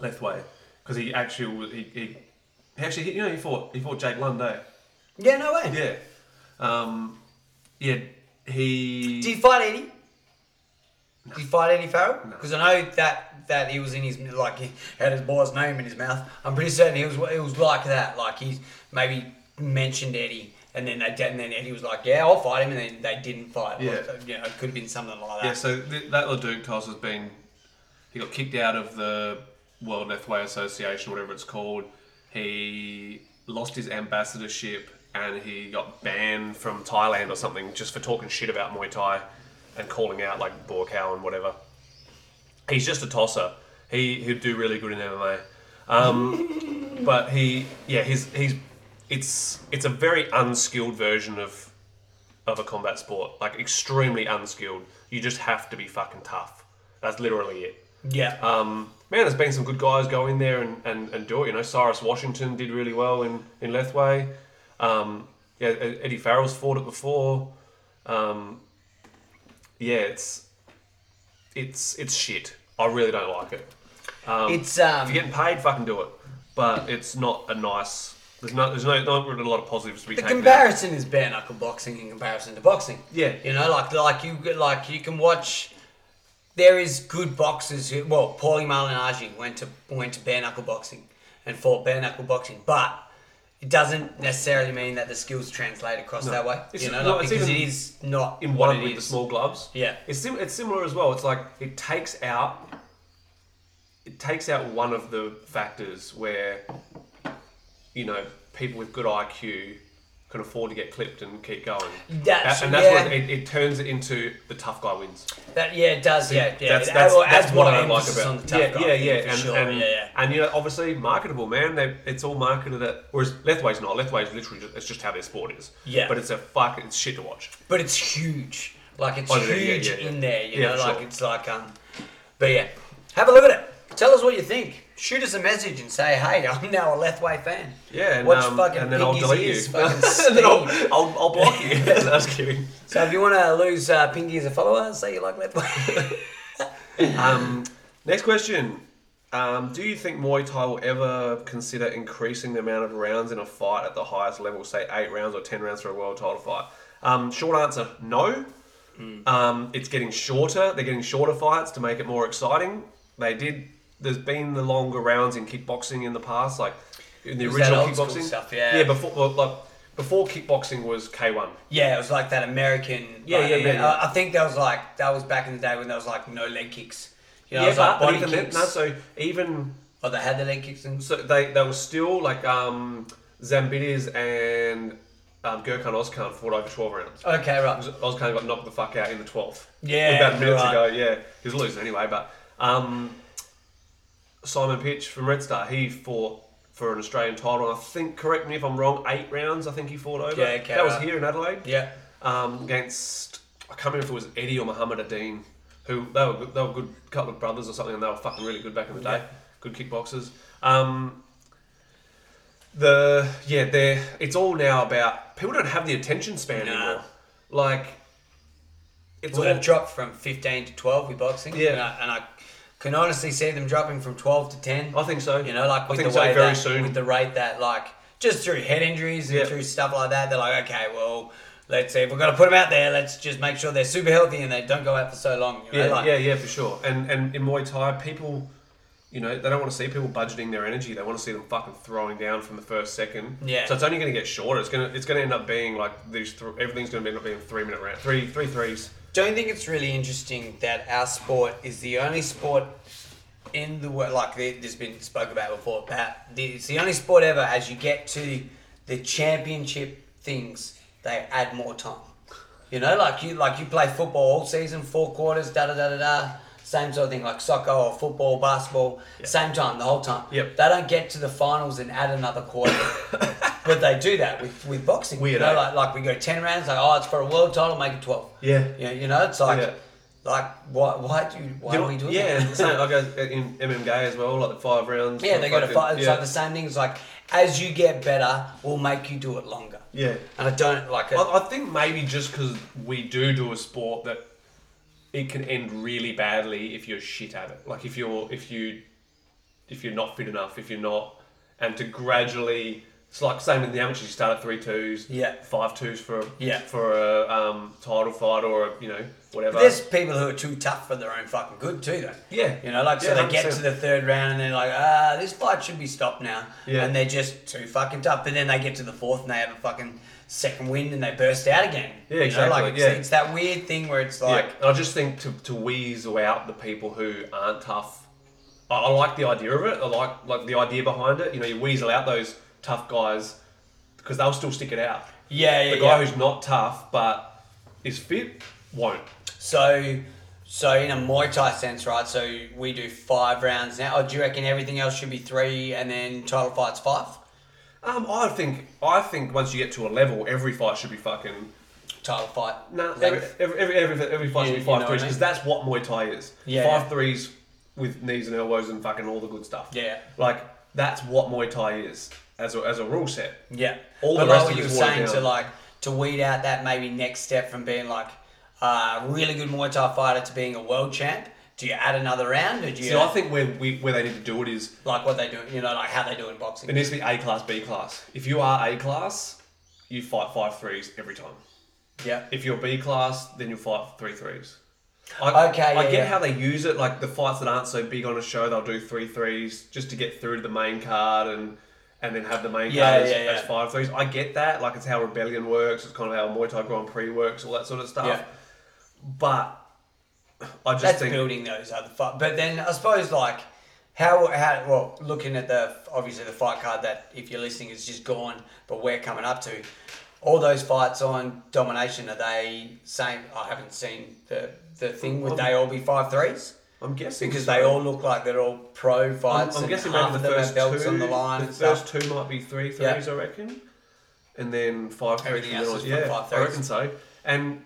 Lethway because he actually wa- he, he, he actually you know he fought he fought Jake Lund, eh?
Yeah, no way.
Yeah. Um, yeah, he.
Did he fight Eddie? Did he fight Eddie Farrell? Because I know that that he was in his like he had his boy's name in his mouth. I'm pretty certain he was it was like that. Like he maybe mentioned Eddie, and then they did, and then Eddie was like, "Yeah, I'll fight him," and then they didn't fight.
Yeah.
Like, you know, it could have been something like
yeah,
that.
so th- that Leduc Toss has been. He got kicked out of the World Lethway Association, whatever it's called. He lost his ambassadorship and he got banned from Thailand or something just for talking shit about Muay Thai and calling out like Boer Cow and whatever. He's just a tosser. He he'd do really good in MMA. Um, but he yeah, he's he's it's it's a very unskilled version of of a combat sport. Like extremely unskilled. You just have to be fucking tough. That's literally it.
Yeah.
Um, man, there's been some good guys go in there and, and, and do it. You know, Cyrus Washington did really well in in Lethway. Um, yeah, E- Eddie Farrell's fought it before. Um, yeah, it's it's it's shit. I really don't like it. Um,
It's, um,
if you're getting paid, fucking do it. But it's not a nice. There's no there's no not really a lot of positives to be
the
taken. out.
comparison is bare knuckle boxing in comparison to boxing.
Yeah.
You know, like like you like you can watch. There is good boxers. Who, well, Paulie Malignaggi went to went to bare knuckle boxing and fought bare knuckle boxing, but it doesn't necessarily mean that the skills translate across that way.
It's-
you know,
no,
like,
it's
because
even
it is not
in
what
one
it
with the
is.
small gloves.
Yeah.
it's sim- it's similar as well. It's like it takes out it takes out one of the factors where you know people with good IQ can afford to get clipped and keep going.
That's-
A- and that's
yeah.
what it, it turns it into the tough guy wins.
That yeah, it does. Yeah, yeah.
That's,
it adds-
that's,
adds
that's what
more
I don't like
emphasis
about
on the tough
yeah,
guy
yeah,
thing,
yeah,
for
and,
sure.
and,
yeah, yeah.
and you know, obviously marketable, man. They, it's all marketed at. Whereas Lethway's not. Lethway's literally just, it's just how their sport is.
Yeah.
but it's a fuck. It's shit to watch.
but it's huge. Like it's
Oh, yeah, yeah,
huge
yeah, yeah.
in there. You
Yeah,
know,
for
like
sure.
it's like um. But yeah, have a look at it. Tell us what you think. Shoot us a message and say, "Hey, I'm now a Lethway fan."
Yeah, and,
watch
um,
fucking
and then I'll
Pinky's
delete
ears
you.
fucking
And then I'll,
steam.
I'll, I'll block you. No, I was kidding.
So if you want to lose uh, Pinky as a follower, say you like Lethway.
Um, next question. Um, do you think Muay Thai will ever consider increasing the amount of rounds in a fight at the highest level, say eight rounds or ten rounds for a world title fight? Um, short answer, no.
Hmm.
Um, it's getting shorter. They're getting shorter fights to make it more exciting. They did. There's been the longer rounds in kickboxing in the past, like in the
Was that
original
old school
kickboxing
stuff? Yeah.
Yeah, before well, like before kickboxing was K1.
yeah, it was like that American.
Yeah,
like,
yeah, yeah, yeah.
I, I think that was like that was back in the day when there was like no leg kicks. You know, it
yeah,
was
but,
like
but
body
even then,
kicks.
no, so even
oh, they had the leg kicks and.
so they they were still like um Zambides and um, Gurkhan Ozkan fought over twelve rounds.
Okay, right.
Ozkan got knocked the fuck out in the twelfth.
Yeah,
about a minute
right.
ago. Yeah, he was losing anyway. But um, Simon Pitch from Red Star, he fought for an Australian title. And I think, correct me if I'm wrong, eight rounds. I think he fought over.
Yeah, okay,
that was
right.
here in Adelaide
Yeah.
um, against I can't remember if it was Eddie or Muhammad Adeen, who they were good- they were good couple of brothers or something, and they were fucking really good back in the day, good kickboxers. Um, the yeah, they're it's all now about people don't have the attention span
Nah.
anymore. Like it's
would
all
have dropped from 15 to 12 with boxing.
Yeah.
And I, and I can honestly see them dropping from 12 to 10.
I think so.
You know, like
I
with
think
the
so
way
very
that,
soon.
with the rate that, like, just through head injuries and
Yeah.
through stuff like that, they're like, okay, well, let's see. If we're going to put them out there, let's just make sure they're super healthy and they don't go out for so long. You know?
Yeah,
like,
yeah, yeah, for sure. And and in Muay Thai, people, you know, they don't want to see people budgeting their energy. They want to see them fucking throwing down from the first second.
Yeah.
So it's only going to get shorter. It's gonna it's gonna end up being like these. Th- everything's going to end up being three minute round, three three threes.
Don't you think it's really interesting that our sport is the only sport in the world, like there- there's been spoke about before, about the- it's the only sport ever as you get to the championship things, they add more time. You know, like you like you play football all season, four quarters, da da da da da. Same sort of thing, like soccer or football, basketball, same time the whole time.
Yep.
They don't get to the finals and add another quarter, but they do that with, with boxing.
Weird,
you know,
eh?
like, like we go ten rounds, like oh, it's for a world title, make it twelve.
Yeah.
You know, you know, it's like,
Yeah.
like why, why do, why
You know,
are we doing
yeah,
that?
and same, I go in MMK as well, like the five rounds.
yeah, they go to
fucking-
fight. It's
yeah.
like the same thing. It's like, as you get better, we'll make you do it longer.
Yeah.
And I don't like it.
I, I think maybe just because we do do a sport that it can end really badly if you're shit at it. Like if you're if you if you're not fit enough, if you're not, and to gradually It's like same in the amateurs. You start at three twos,
Yeah.
five twos for
Yeah.
for a um, title fight or a, you know whatever.
There's people who are too tough for their own fucking good too, though.
Yeah.
You know, like so
Yeah,
they get to
100%.
the third round and they're like, ah, this fight should be stopped now.
Yeah.
And they're just too fucking tough. But then they get to the fourth and they have a fucking second wind and they burst out again.
Yeah,
You know,
exactly,
like
yeah.
it's, it's that weird thing where it's like,
yeah. And I just think to, to wheeze out the people who aren't tough. I, I like the idea of it. I like like the idea behind it. You know, you weasel out those tough guys because they'll still stick it out.
yeah, yeah.
The
yeah.
guy who's not tough but is fit won't.
So, so in a Muay Thai sense, right? So we do five rounds now. Oh, do you reckon everything else should be three, and then title fights five?
Um, I think I think once you get to a level, every fight should be fucking.
Title fight.
No,
Like,
every, every, every, every, every fight
You-
should be
you
five
know what
threes
I mean?
because that's what Muay Thai is.
Yeah,
five
yeah.
threes with knees and elbows and fucking all the good stuff.
Yeah.
like that's what Muay Thai is as a, as a rule set.
yeah.
All
but
the
like
rest
what
of
you were
it's watered
saying to
down.
like to weed out that maybe next step from being like a really good Muay Thai fighter to being a world champ. Do you add another round, or do you
So I think where we, where they need to do it is
like what they do? You know, like how they do in boxing.
it needs to be A class, B class. If you are A class, you fight five threes every time.
yeah.
If you're B class, then you'll fight three threes. I,
Okay,
I
yeah,
get
yeah.
how they use it. Like the fights that aren't so big on a show, they'll do three threes just to get through to the main card and and then have the main
Yeah,
card as,
yeah, yeah.
as five threes. I get that. Like it's how Rebellion works. It's kind of how Muay Thai Grand Prix works. All that sort of stuff.
Yeah.
But I just
That's
think
building those other fight. But then I suppose like how how well looking at the obviously the fight card that if you're listening is just gone, but we're coming up to all those fights on domination. Are they same? I haven't seen the the thing. Would they all be five threes?
I'm guessing
Because
so.
they all look like they're all pro
I'm,
fights.
I'm
and
guessing
half
maybe the
of them have
first
belts
two.
on the line
the
and
first
stuff.
two might be three
Yeah.
threes, I reckon, and then five. threes
Everything
from
else is
then on.
from
yeah,
five
I
threes.
reckon so. And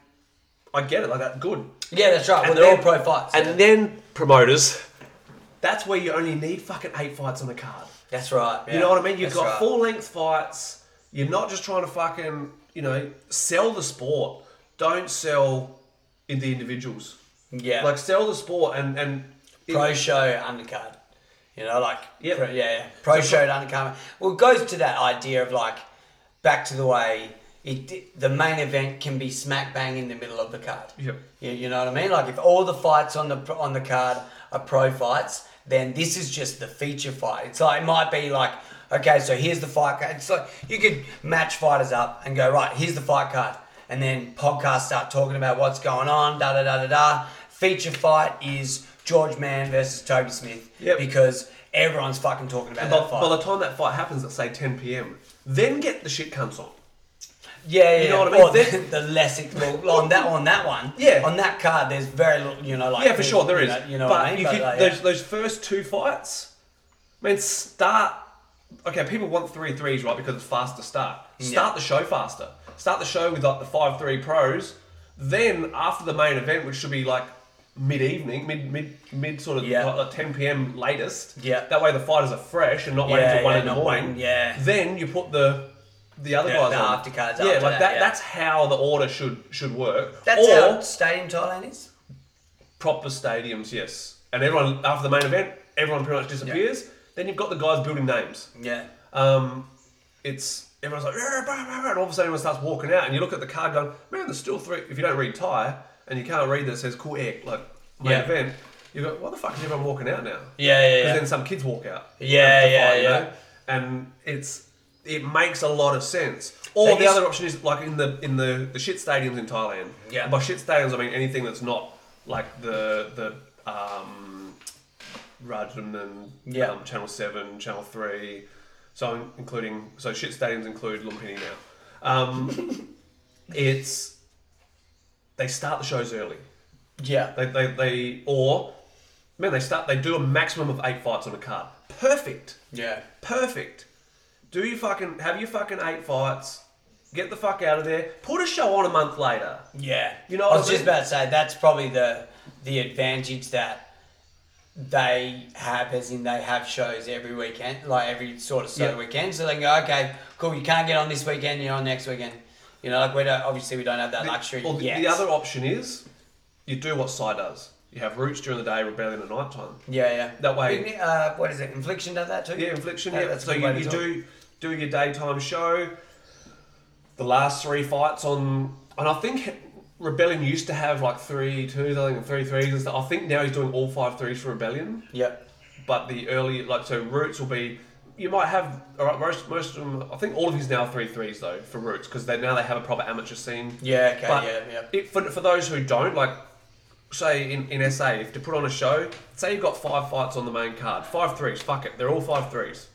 I get it. Like that, good.
Yeah, that's right. well,
And
they're all pro
then-
fights.
And
yeah.
then promoters. That's where you only need fucking eight fights on the card.
that's right.
You
yeah,
know what I mean? You've
that's
got
right.
full length fights. You're not just trying to fucking, you know, sell the sport. Don't sell in the individuals.
Yeah.
Like sell the sport and and it-
pro show undercard. You know, like
Yep.
pro, yeah, yeah, pro show undercard. Well, it goes to that idea of like back to the way it the main event can be smack bang in the middle of the card.
Yep.
You, you know what I mean? Like if all the fights on the on the card are pro fights, then this is just the feature fight. It's like it might be like. Okay, so here's the fight card. It's like you could match fighters up and go right. Here's the fight card, and then podcasts start talking about what's going on. Da da da da da. Feature fight is George Mann versus Toby Smith
Yep.
because everyone's fucking talking about
by,
that fight.
by the time that fight happens at say 10 p.m., then get the shit cunts on.
Yeah, yeah.
You know what I
yeah.
mean?
Or the, the less it, well, on that on that one.
Yeah.
On that card, there's very little, you know, like
Yeah, for sure there
you
is.
Know, you know
but
what I mean?
you
But,
could,
like,
those those first two fights, man, start. Okay, people want three threes, right? Because it's fast to start. Start
Yeah.
the show faster. Start the show with like the five three pros. Then after the main event, which should be like mid evening, mid mid mid sort of
Yeah.
like, like ten p.m. latest.
Yeah.
That way the fighters are fresh and not waiting
Yeah,
till one
yeah,
in the
not
morning.
waiting, yeah.
Then you put the the other
The-
guys
the
on.
aftercards
Yeah,
after
like
that,
that.
yeah.
That's how the order should should work.
that's
or,
how stadium Thailand is.
proper stadiums, yes. And everyone after the main event, everyone pretty much disappears. Then you've got the guys building names.
Yeah.
Um, it's everyone's like, "Yeah, blah, blah, blah," and all of a sudden everyone starts walking out, and you look at the card going, man, there's still three. If you don't read Thai and you can't read that it says cool egg, like main
Yeah.
event, you go, why the fuck is everyone walking out now?
Yeah, yeah,
Because
yeah.
then some kids walk out.
Yeah,
after the
yeah,
fight, you
yeah.
know? And it's it makes a lot of sense. Or
That
the
is-
other option is like in the in the, the shit stadiums in Thailand.
Yeah.
And by shit stadiums, I mean anything that's not like the the um, Rajahman,
Yeah.
um, Channel Seven, Channel Three. So including so shit stadiums include Lumpini now. Um, it's they start the shows early.
Yeah.
They, they, they or man, they start they do a maximum of eight fights on a card. Perfect.
Yeah.
Perfect. Do you fucking have your fucking eight fights? Get the fuck out of there. Put a show on a month later.
Yeah.
You know
I
what
was
I
just
mean?
about to say that's probably the the advantage that they have, as in they have shows every weekend, like every sort of sort of
Yeah.
weekend. So they can go, okay, cool. You can't get on this weekend. You're on next weekend. You know, like we don't obviously we don't have that luxury
Or the,
yet.
the other option is you do what Psy does. You have roots during the day, rebellion at night time.
Yeah, yeah.
That way-
Uh, what is it? Infliction does that too.
Yeah, infliction.
That-
Yeah,
that's a
so
good
you,
way to
you
do it.
do do your daytime show. The last three fights on, and I think Rebellion used to have like three twos, I think three threes and stuff. I think now he's doing all five threes for Rebellion.
Yep.
But the early, like, so Roots will be. You might have all right, most most of them. I think all of his now three threes though for Roots because they now they have a proper amateur scene.
Yeah, okay,
But
yeah, yeah.
It, for for those who don't like, say in, in SA, if to put on a show, say you've got five fights on the main card, five threes. Fuck it, they're all five threes.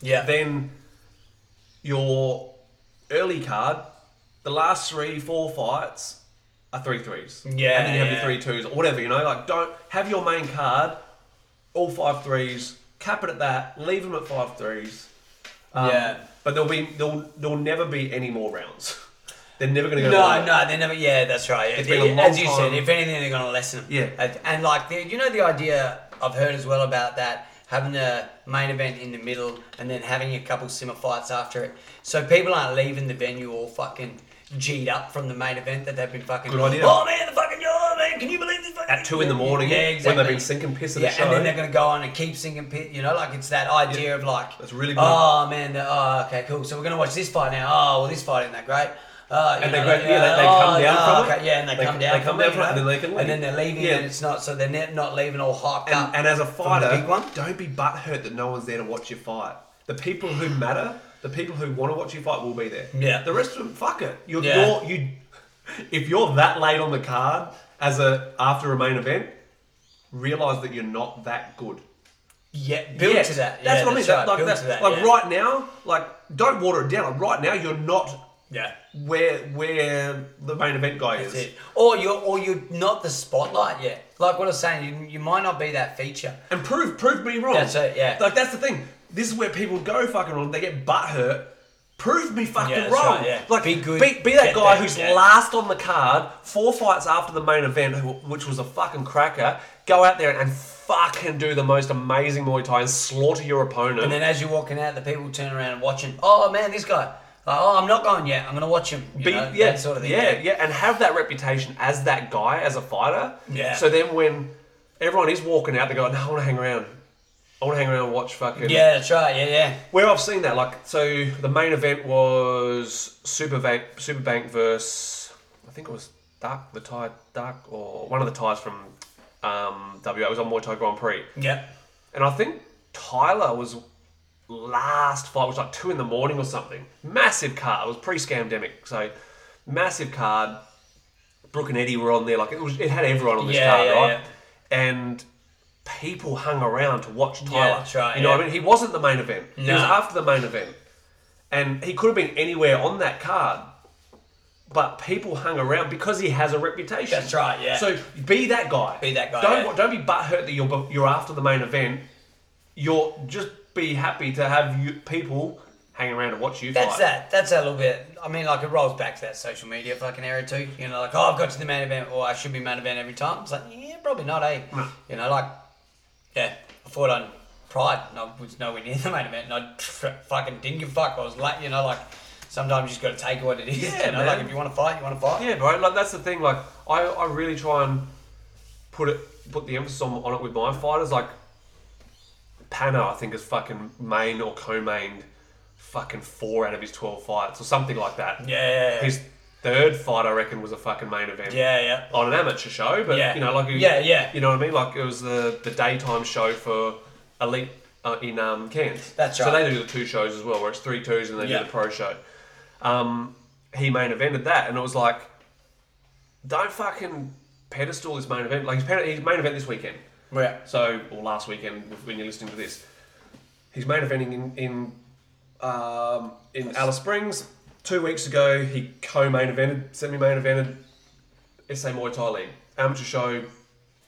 Yeah.
Then your early card, the last three four fights are three threes.
Yeah,
and then you have
yeah.
your three twos or whatever. You know, like don't have your main card all five threes, cap it at that, leave them at five threes. Um,
Yeah.
But there'll be there'll there'll never be any more rounds. They're never gonna go.
No,
longer.
no, they never. Yeah, that's right.
It's
They-
been a long
as you
time.
said, if anything, they're going to lessen them.
Yeah.
and, and like the, you know, the idea I've heard as well about that having a main event in the middle and then having a couple simmer fights after it, so people aren't leaving the venue all fucking g'd up from the main event that they've been fucking.
Good idea.
Oh man, the fucking oh man, can you believe this? Fucking
At two in the morning,
yeah, exactly.
when they've been sinking piss at
yeah,
the show.
and then they're going to go on and keep singing pit. You know, like it's that idea
Yeah.
of like,
That's really good.
Oh man, the- oh okay, cool. So we're going to watch this fight now. Oh well, this fight isn't that great. Uh, you
And they
know,
go, yeah, they, they
oh,
come down
no,
from
okay,
it.
Yeah, and they, come down.
They come
from
down from it,
you
and
know,
then they can leave.
And then they're leaving,
Yeah.
and it's not. So they're ne- not leaving all hyped up.
And, and as a
from
fighter,
the big one.
don't be butthurt that no one's there to watch you fight. The people who matter, the people who want to watch you fight, will be there.
Yeah.
The rest of them, fuck it. You're,
Yeah.
you're you. If you're that late on the card as a after a main event, realize that you're not that good.
Yeah, build
Yeah,
to that.
That's
yeah,
what I mean.
that's
That-
right,
like
build
that-
to that,
like
yeah.
right now, like don't water it down. Like right now, you're not
Yeah.
where where the main event guy is.
That's it. Or you're, or you're not the spotlight yet. Like what I was saying, you, you might not be that feature.
and prove prove me wrong.
That's it, yeah.
Like that's the thing. This is where people go fucking wrong. They get butt hurt. Prove me fucking
Yeah, that's
wrong.
right, yeah.
Like
Be good,
Be, be that
get
guy
that,
who's
yeah.
last on the card, four fights after the main event, who- which was a fucking cracker. Go out there and fucking do the most amazing Muay Thai and slaughter your opponent.
And then as you're walking out, the people turn around and watching. Oh man, this guy. Like, oh, I'm not going yet. I'm going to watch him. You
Be-
know,
yeah,
uh, that sort of thing.
yeah, yeah, and have that reputation as that guy, as a fighter.
Yeah.
So then when everyone is walking out, they go, "No, I want to hang around. I want to hang around and watch fucking."
Yeah, that's right. Yeah, yeah.
Where I've seen that, like, so the main event was Superbank, Superbank versus I think it was Dark, the Thai Dark, or one of the Thais from um, WA. It was on Muay Thai Grand Prix,
Yep.
and I think Tyler was last fight was like two in the morning or something. Massive card. It was pre-scamdemic, so massive card. Brooke and Eddie were on there. Like it was, it had everyone on this
Yeah,
card,
yeah,
right?
yeah.
And people hung around to watch Tyler.
that's right,
You know
yeah.
what I mean? He wasn't the main event. He was
No.
after the main event, and he could have been anywhere on that card. But people hung around because he has a reputation.
That's right, yeah.
So be that guy.
Be that guy,
Don't
yeah.
don't be butthurt that you're bef- you're after the main event. You're just be happy to have you people hanging around and watch you
That's
fight.
that. That's that little bit. I mean, like it rolls back to that social media fucking era too. You know, like oh, I've got to the main event, or I should be main event every time. It's like yeah, probably not, eh?
No.
You know, like yeah, I fought on Pride, and I was nowhere near the main event, and I fucking didn't give a fuck. I was late, you know, like sometimes you just got to take what it is.
Yeah,
you know,
man.
like if you want to fight, you want to fight.
Yeah, bro. Like that's the thing. Like I, I really try and put it put the emphasis on, on it with my fighters. Like Panna, I think is fucking main or co-mained fucking four out of his twelve fights or something like that.
Yeah, yeah, yeah.
His third fight, I reckon, was a fucking main event.
Yeah, yeah.
on an amateur show, but
Yeah.
you know, like
Yeah, yeah.
you know what I mean. Like it was the the daytime show for Elite uh, in um, Cairns.
That's
So
right.
they do the two shows as well, where it's three twos and they
Yeah.
do the pro show. Um, he main evented that, and it was like, don't fucking pedestal this main event. Like his, ped- his main event this weekend.
Yeah.
So or last weekend when you're listening to this, he's main eventing in in um, in Alice Springs. Two weeks ago, he co-main evented, semi-main evented SA Muay Thai League, amateur show,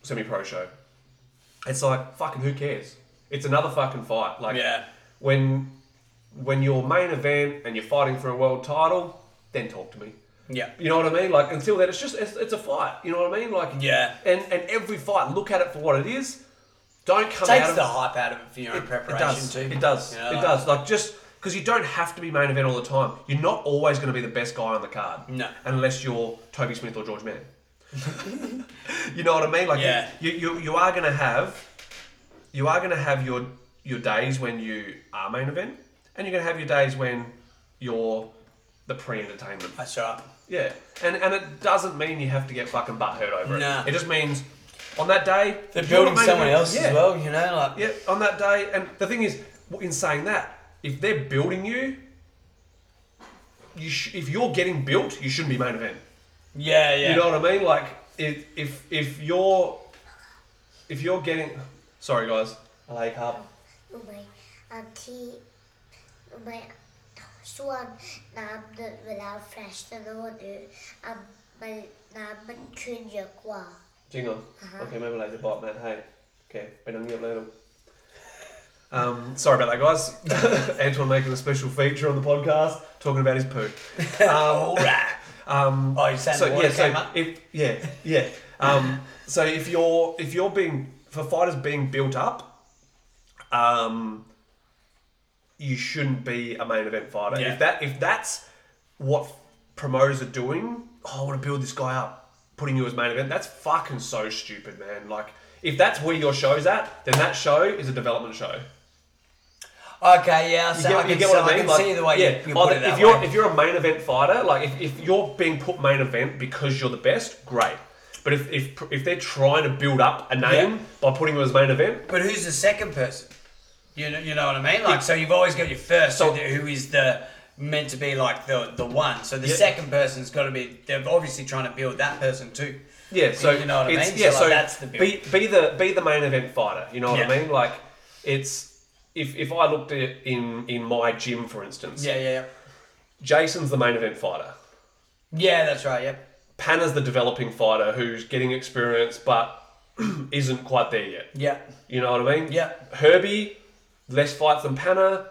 semi-pro show. It's like fucking who cares? It's another fucking fight. Like
Yeah.
when when your main event and you're fighting for a world title, then talk to me.
Yeah.
You know what I mean? Like until then, it's just it's, it's a fight. You know what I mean? Like
Yeah.
And and every fight, look at it for what it is. Don't come out
Takes
of
the hype out of it for your own
it
preparation
does.
too.
It does.
You know,
it
like-
does. Like just because you don't have to be main event all the time. You're not always going to be the best guy on the card.
No.
Unless you're Toby Smith or George Mann. you know what I mean? Like
Yeah.
you, you, you are going to have you are going to have your your days when you are main event and you're gonna have your days when you're the pre-entertainment.
That's right.
Yeah, and and it doesn't mean you have to get fucking butt hurt over
Nah.
it. It just means on that day
They're
you're the
building
main
someone
event.
else
yeah.
as well, you know, like
Yeah, on that day, and the thing is, in saying that, if they're building you, you sh- if you're getting built, you shouldn't be main event.
yeah, yeah.
You know what I mean? Like if if if you're if you're getting, sorry guys, I like up.
um,
my auntie, my son namn vill han förresten ha nu. Han- Men namnet kunde jag kvar.
Jingle. Okay, maybe later, bot man. Hey. Okay, been on you later. Um, sorry about that, guys. Antoine making a special feature on the podcast, talking about his poo.
All right.
Um,
Oh, you're saying the water
yeah,
came up?
If, yeah, yeah. Um, so if you're if you're being for fighters being built up, um, you shouldn't be a main event fighter.
Yeah.
If that if that's what promoters are doing, oh, I want to build this guy up, putting you as main event. That's fucking so stupid, man. Like if that's where your show's at, then that show is a development show.
Okay, yeah. So
You
I
get,
can,
you get what
so
I mean?
I can
Like,
see the way
yeah.
you, you
Oh,
put
if
it that
you're
way.
if you're a main event fighter, like if, if you're being put main event because you're the best, great. But if if, if they're trying to build up a name by putting you as main event,
But who's the second person? You know, you know what I mean. Like, so you've always got your first,
So-
who who is the meant to be like the the one. So the
Yeah.
second person's got to be. They're obviously trying to build that person too.
yeah. So
you know what I
it's-
mean?
Yeah.
So,
So,
like, that's the
be be the be the main event fighter. You know what
Yeah.
I mean? Like it's. If, if I looked at it in, in my gym, for instance,
Yeah, yeah, yeah.
Jason's the main event fighter.
Yeah, that's right. Yep.
Panna's the developing fighter who's getting experience but isn't quite there yet.
Yeah.
You know what I mean?
Yeah.
Herbie, less fights than Panna,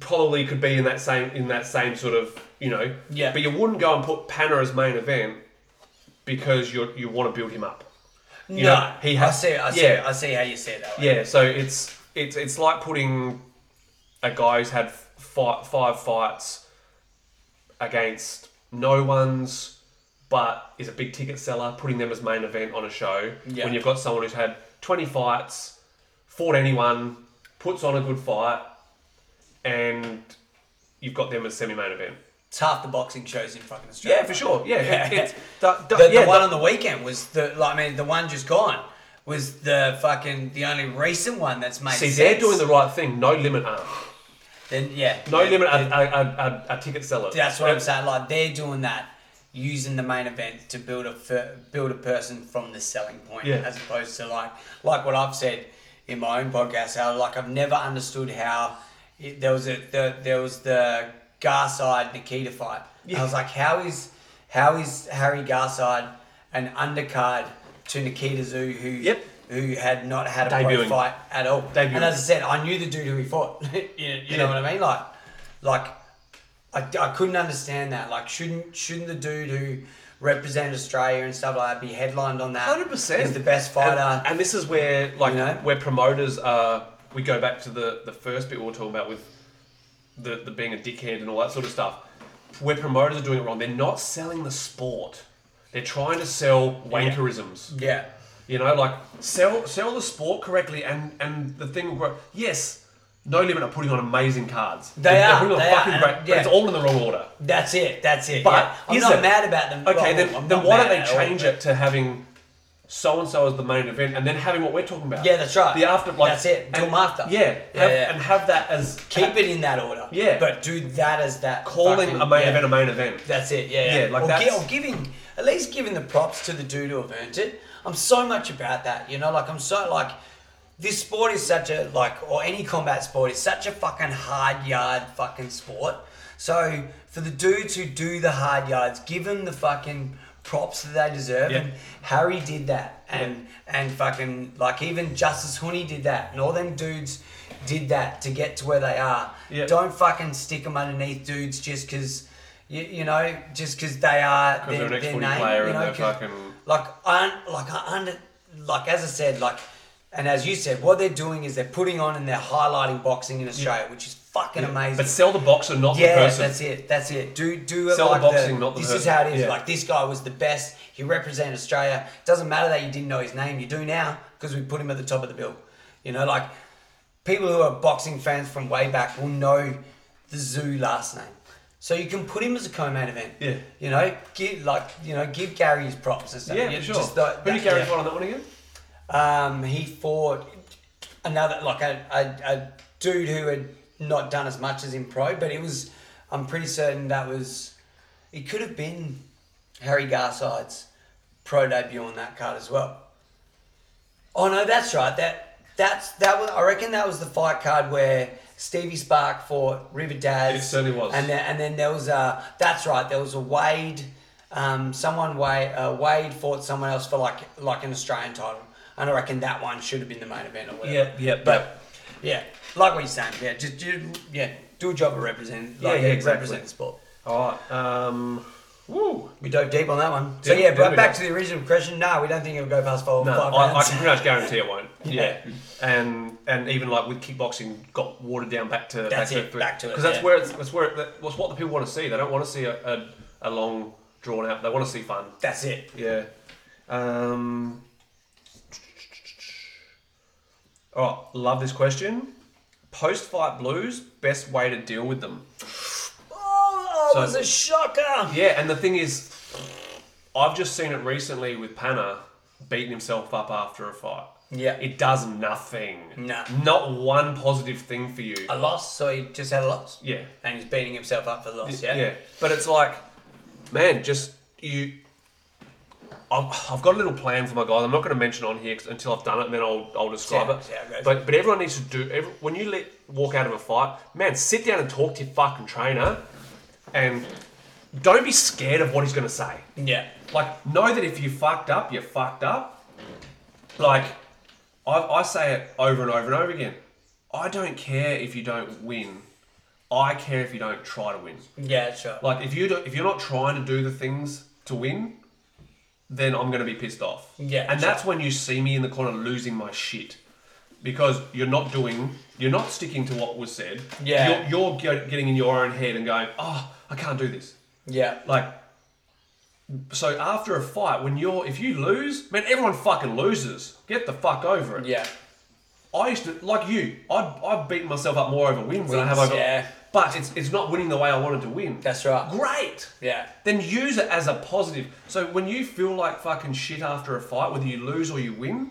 probably could be in that same in that same sort of you know.
Yeah.
But you wouldn't go and put Panna as main event because you you want to build him up. You
no,
know, he
I
has-
see. I see.
yeah.
I see how you see it that. Way.
Yeah. So it's it's it's like putting a guy who's had five, five fights against no one's, but is a big ticket seller, putting them as main event on a show
Yeah.
when you've got someone who's had twenty fights, fought anyone, puts on a good fight, and you've got them as semi-main event.
It's half the boxing shows in fucking Australia.
Yeah, for sure. Yeah, it- it's the,
The, the
yeah,
one
the-
on the weekend was the like, I mean, the one just gone was the fucking the only recent one that's made.
See,
sense.
they're doing the right thing. No limit arm.
Then yeah,
No
yeah,
limit
yeah.
are, are, are, are ticket sellers.
That's what I'm
Uh,
saying. Like they're doing that using the main event to build a fir- build a person from the selling point,
Yeah.
as opposed to like like what I've said in my own podcast. How like I've never understood how it, there was a the, there was the Garside Nikita fight. I was like, how is how is Harry Garside an undercard to Nikita Zoo who
Yep.
who had not had a pro
Debuting.
fight at all? And
Debuting.
as I said, I knew the dude who he fought. you you know
Yeah.
what I mean? Like like. I, I couldn't understand that. Like, shouldn't shouldn't the dude who represented Australia and stuff like that be headlined on that?
Hundred percent.
He's the best fighter.
and, and this is where like
You know?
where promoters are. We go back to the the first bit we were talking about with the the being a dickhead and all that sort of stuff. Where promoters are doing it wrong, they're not selling the sport. They're trying to sell wankerisms.
yeah,
You know, like sell sell the sport correctly, and and the thing will grow. Yes, no limit are putting on amazing cards.
They
They're
are,
putting on
they are,
fucking
and-
great, but it's
yeah.
all in the wrong order.
that's it. That's it.
But
yeah. I'm
is
not
it?
mad about them.
Okay,
Well,
then,
I'm
then
not
why don't
mad
they
at all,
change
but-
it to having so and so as the main event, and then having what we're talking about?
Yeah, that's right.
The after, like
That's it, do
and-
'em after.
Yeah,
Yeah,
have-
yeah.
and have that as
Keep it in that order.
Yeah.
but do that as that.
calling
fucking-
a main
yeah.
event a main event.
That's it. Yeah, yeah.
Yeah, like
or, gi-
that's-
or giving at least giving the props to the dude who have earned it. I'm so much about that, you know. Like I'm so like this sport is such a like or any combat sport is such a fucking hard yard fucking sport. So for the dudes who do the hard yards, give them the fucking props that they deserve.
Yeah.
And Harry did that, and and fucking like even Justice Hooney did that, and all them dudes did that to get to where they are.
Yeah.
Don't fucking stick them underneath dudes just because. You, you know, just because they are
they're
their,
an
their
ex-footy
name,
player
you
and
know,
they're
'cause,
fucking-
like I un- like I under like as I said, like and as you said, what they're doing is they're putting on and they're highlighting boxing in Australia, which is fucking amazing.
But sell the boxer, not
Yeah,
the person.
that's it. That's it. Do do it
Sell the
like
boxing, not the
This is
person.
how it is.
Yeah.
Like this guy was the best. He represented Australia. Doesn't matter that you didn't know his name. You do now because we put him at the top of the bill. You know, like people who are boxing fans from way back will know the Zoo last name. So you can put him as a co-main event.
Yeah.
You know, give like you know, give Gary his props and stuff.
Yeah,
You
for sure.
just the-
Who did
that-
Gary
yeah.
fight on that one again?
Um, he fought another like a, a, a dude who had not done as much as in pro, but it was I'm pretty certain that was it could have been Harry Garside's pro debut on that card as well. Oh no, that's right. That that's that was I reckon that was the fight card where Stevie Spark fought River Daz.
It certainly was.
And then and then there was a that's right. There was a Wade, um, someone Wade uh, Wade fought someone else for like like an Australian title, and I reckon that one should have been the main event or whatever.
Yeah, yeah,
but yeah, like what you're saying, yeah, just you, yeah, do a job of representing, like,
Yeah, yeah, exactly.
represent the sport.
All right. Um, woo.
We dove deep on that one. So
Did-
yeah,
did
but
we
back
go?
to the original question. No, we don't think it'll go past four.
No,
five
I, I
rounds.
can pretty much guarantee it won't.
Yeah.
Yeah. and and even like with kickboxing, got watered down back to
That's it, back to it,
because that's
yeah.
where it's that's where it, that- that's what the people want to see. They don't want to see a, a, a long drawn out. They want to see fun.
That's it.
Yeah. Um, all right. Love this question. Post fight blues. Best way to deal with them.
Oh, that
So-
was a shocker.
Yeah, and the thing is, I've just seen it recently with Panna beating himself up after a fight.
Yeah.
It does nothing.
Nah.
Not one positive thing for you.
A loss, so he just had a loss.
Yeah.
And he's beating himself up for the loss, yeah?
Yeah. But it's like, man, just you. I've, I've got a little plan for my guys. I'm not going to mention on here 'cause- until I've done it, and then I'll, I'll describe
Yeah,
it.
yeah, go for
but but everyone needs to do. Every, when you let walk out of a fight, man, sit down and talk to your fucking trainer, and don't be scared of what he's going to say.
Yeah.
Like, know that if you fucked up, you fucked up. Like, I, I say it over and over and over again. I don't care if you don't win. I care if you don't try to win.
Yeah, sure.
Like, if you do, if you're not trying to do the things to win, then I'm gonna be pissed off.
Yeah,
and
sure.
that's when you see me in the corner losing my shit because you're not doing, you're not sticking to what was said.
Yeah.
you're, you're get- getting in your own head and going, oh, I can't do this.
yeah.
Like, so after a fight, when you're if you lose, man, everyone fucking loses. Get the fuck over it.
Yeah.
I used to like you. I've I've beaten myself up more over wins, than I have
Wins,
over.
yeah.
But it's it's not winning the way I wanted to win.
That's right.
Great.
Yeah.
Then use it as a positive. So when you feel like fucking shit after a fight, whether you lose or you win,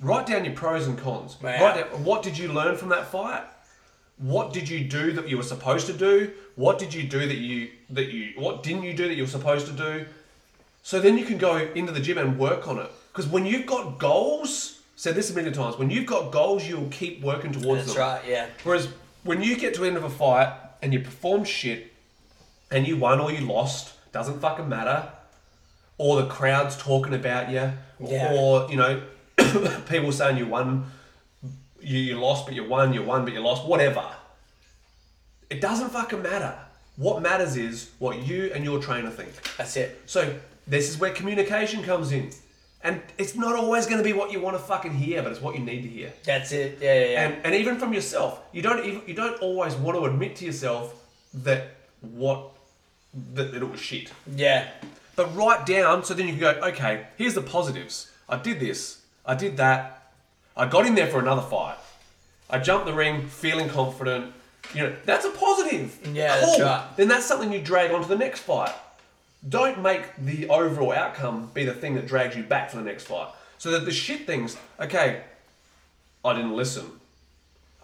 write down your pros and cons.
Man.
Write down what did you learn from that fight? What did you do that you were supposed to do? What did you do that you that you what didn't you do that you were supposed to do? So then you can go into the gym and work on it. Because when you've got goals, said this a million times, when you've got goals, you'll keep working towards
That's
them.
right, yeah.
Whereas when you get to the end of a fight and you perform shit and you won or you lost, doesn't fucking matter. Or the crowd's talking about you,
Yeah.
or you know, people saying you won, you, you lost, but you won, you won, but you lost, whatever. It doesn't fucking matter. What matters is what you and your trainer think.
That's it.
So this is where communication comes in, and it's not always going to be what you want to fucking hear, but it's what you need to hear.
That's it. Yeah, yeah, yeah.
And, and even from yourself, you don't even, you don't always want to admit to yourself that what that, that it was shit.
yeah.
But write down so then you can go, okay, here's the positives. I did this. I did that. I got in there for another fight. I jumped the ring feeling confident. You know, that's a positive.
Yeah, that's right.
Then that's something you drag onto the next fight. Don't make the overall outcome be the thing that drags you back for the next fight. So that the shit things, okay, I didn't listen.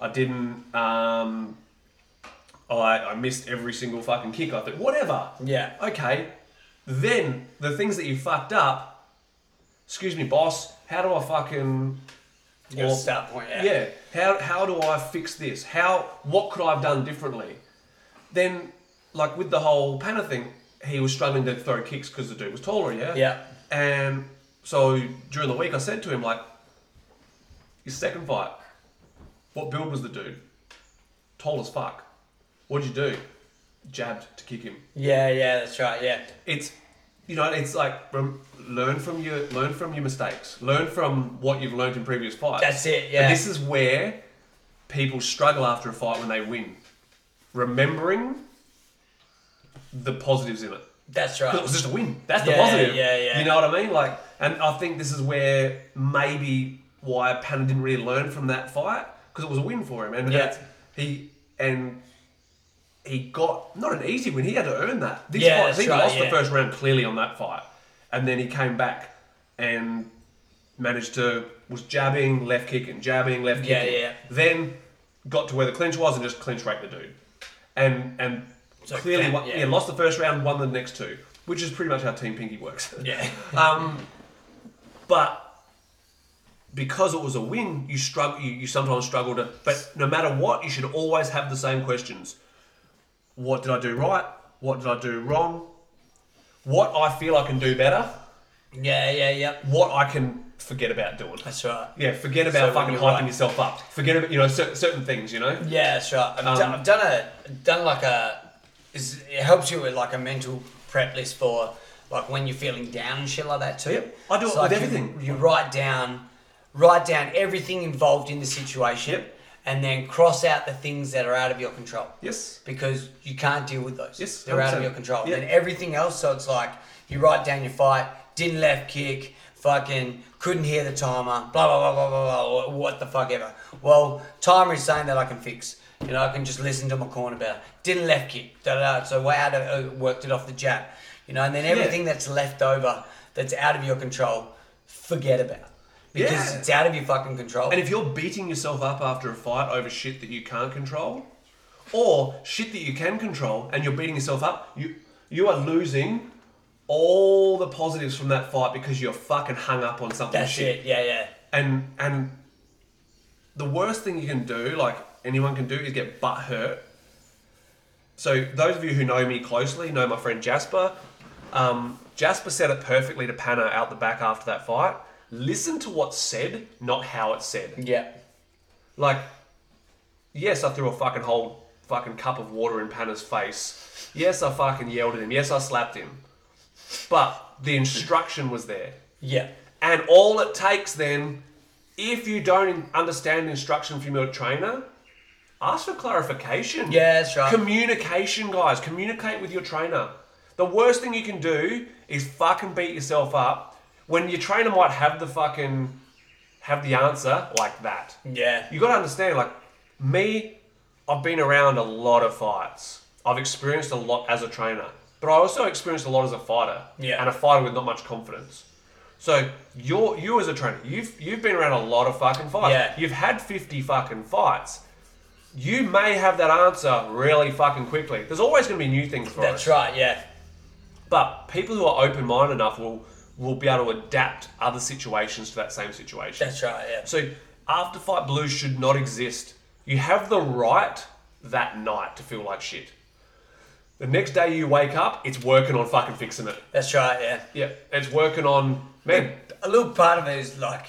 I didn't. Um, I I missed every single fucking kick. I thought whatever.
Yeah.
Okay. Then the things that you fucked up. Excuse me, boss. How do I fucking?
You got a
or-
start point, yeah.
Yeah. How how do I fix this? How what could I have done differently? Then like with the whole Panna thing, he was struggling to throw kicks because the dude was taller. Yeah.
Yeah.
And so during the week, I said to him like, "Your second fight, what build was the dude? Tall as fuck. What'd you do? Jabbed to kick him.
Yeah, yeah, that's right, yeah.
It's, you know, it's like rem- learn from your learn from your mistakes. Learn from what you've learned in previous fights.
That's it,
But
yeah.
this is where people struggle after a fight when they win. Remembering the positives in it.
That's
'Cause
right.
It was just a win. That's the
Yeah,
positive.
yeah, yeah.
You know what I mean? Like, and I think this is where maybe why Panna didn't really learn from that fight because it was a win for him, and
Yeah.
that's- he and he got not an easy win. He had to earn that. This
Yeah,
fight, he
that's right,
lost
yeah.
the first round clearly on that fight, and then he came back and managed to was jabbing left kick and jabbing left kick.
Yeah, yeah.
Then got to where the clinch was and just clinch raked the dude, and and
So
clearly
that-
won-
yeah.
yeah, lost the first round, won the next two, which is pretty much how Team Pinky works.
Yeah.
Um, but because it was a win, you struggle. You, you sometimes struggle to. But no matter what, you should always have the same questions: What did I do right? What did I do wrong? What I feel I can do better?
Yeah, yeah, yeah.
What I can forget about doing?
That's right.
Yeah, forget
So
about
when
fucking
you're
hyping
right.
yourself up. Forget about you know cer- certain things. You know.
Yeah, that's right. I've,
Um,
done, I've done a done like a. Is, it helps you with like a mental prep list for like when you're feeling down and shit like that too.
Yep. I do it
It's
with
like you-
everything.
You, write down, write down everything involved in the situation,
Yep.
and then cross out the things that are out of your control.
Yes.
Because you can't deal with those.
Yes,
They're out of
100%.
your control.
Yeah.
And everything else, so it's like you write down your fight, didn't left kick, fucking couldn't hear the timer, blah, blah, blah, blah, blah, blah, wh- what the fuck ever. Well, timer is saying that I can fix. You know, I can just listen to my corner better. Didn't left kick, da da da. So way out of, uh, worked it off the jab. You know, and then everything that's left over that's out of your control, forget about. Because
Yeah.
it's out of your fucking control.
And if you're beating yourself up after a fight over shit that you can't control, or shit that you can control, and you're beating yourself up, you you are losing all the positives from that fight because you're fucking hung up on something.
that's
shit.
it. Yeah, yeah.
And and the worst thing you can do, like anyone can do, is get butt hurt. So those of you who know me closely know my friend Jasper. Um, Jasper said it perfectly to Panna out the back after that fight. Listen to what's said, not how it's said.
Yeah.
Like, yes, I threw a fucking whole fucking cup of water in Panna's face. Yes, I fucking yelled at him. Yes, I slapped him. But the instruction was there.
Yeah.
And all it takes then, if you don't understand instruction from your trainer, ask for clarification.
Yeah, that's right.
Communication, guys. Communicate with your trainer. The worst thing you can do is fucking beat yourself up when your trainer might have the fucking have the answer like that
Yeah.
you got to understand, like me, I've been around a lot of fights. I've experienced a lot as a trainer, but I also experienced a lot as a fighter.
Yeah.
And a fighter with not much confidence. So you're you as a trainer, you've you've been around a lot of fucking fights.
Yeah.
You've had fifty fucking fights. You may have that answer really fucking quickly. There's always going to be new things for us.
That's right. Yeah.
But people who are open minded enough will will be able to adapt other situations to that same situation.
That's right, yeah.
So after fight blues should not exist. You have the right that night to feel like shit. The next day you wake up, it's working on fucking fixing it.
That's right. Yeah.
Yeah, it's working on man.
a little part of it is like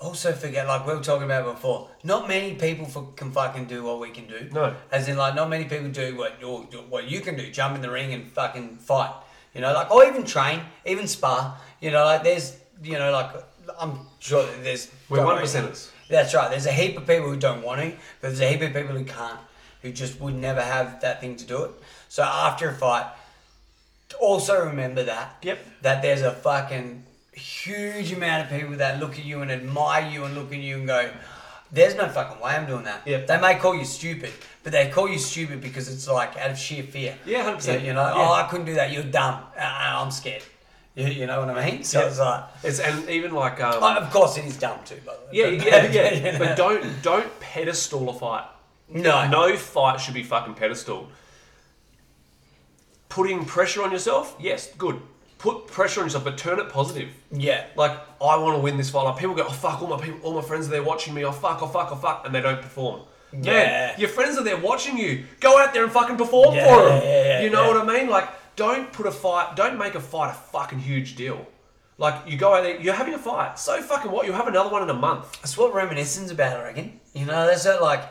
also forget like we were talking about before. Not many people for, can fucking do what we can do.
No.
as in like not many people do what you what you can do. Jump in the ring and fucking fight. You know, like or even train, even spar. You know, like there's you know like I'm sure that there's
We're one percenters.
That's right. There's a heap of people who don't want to, but there's a heap of people who can't, who just would never have that thing to do it. So after a fight, also remember that.
Yep.
That there's a fucking huge amount of people that look at you and admire you and look at you and go, there's no fucking way I'm doing that.
Yep.
They may call you stupid, but they call you stupid because it's like out of sheer fear.
Yeah, 100%.
You, you know,
Yeah.
oh, I couldn't do that. You're dumb. Uh, uh, I'm scared. You, you know what I mean? So
Yep.
it's like,
It's and even like um,
oh, of course it is dumb too, by the way.
yeah,
But-
yeah, yeah.
you know.
But don't don't pedestal a fight.
No.
No fight should be fucking pedestal. Putting pressure on yourself, yes, good. Put pressure on yourself, but turn it positive.
Yeah.
Like I want to win this fight. Like people go, oh fuck, all my people, all my friends are there watching me. Oh fuck, oh fuck, oh fuck, and they don't perform. Man,
Yeah.
your friends are there watching you. Go out there and fucking perform
Yeah,
for them.
yeah, yeah, yeah,
you know
yeah.
what I mean? Like, don't put a fight. Don't make a fight a fucking huge deal. Like you go out there, you're having a fight. So fucking what? You'll have another one in a month.
That's what reminiscence about, I reckon. You know, that's it. Like,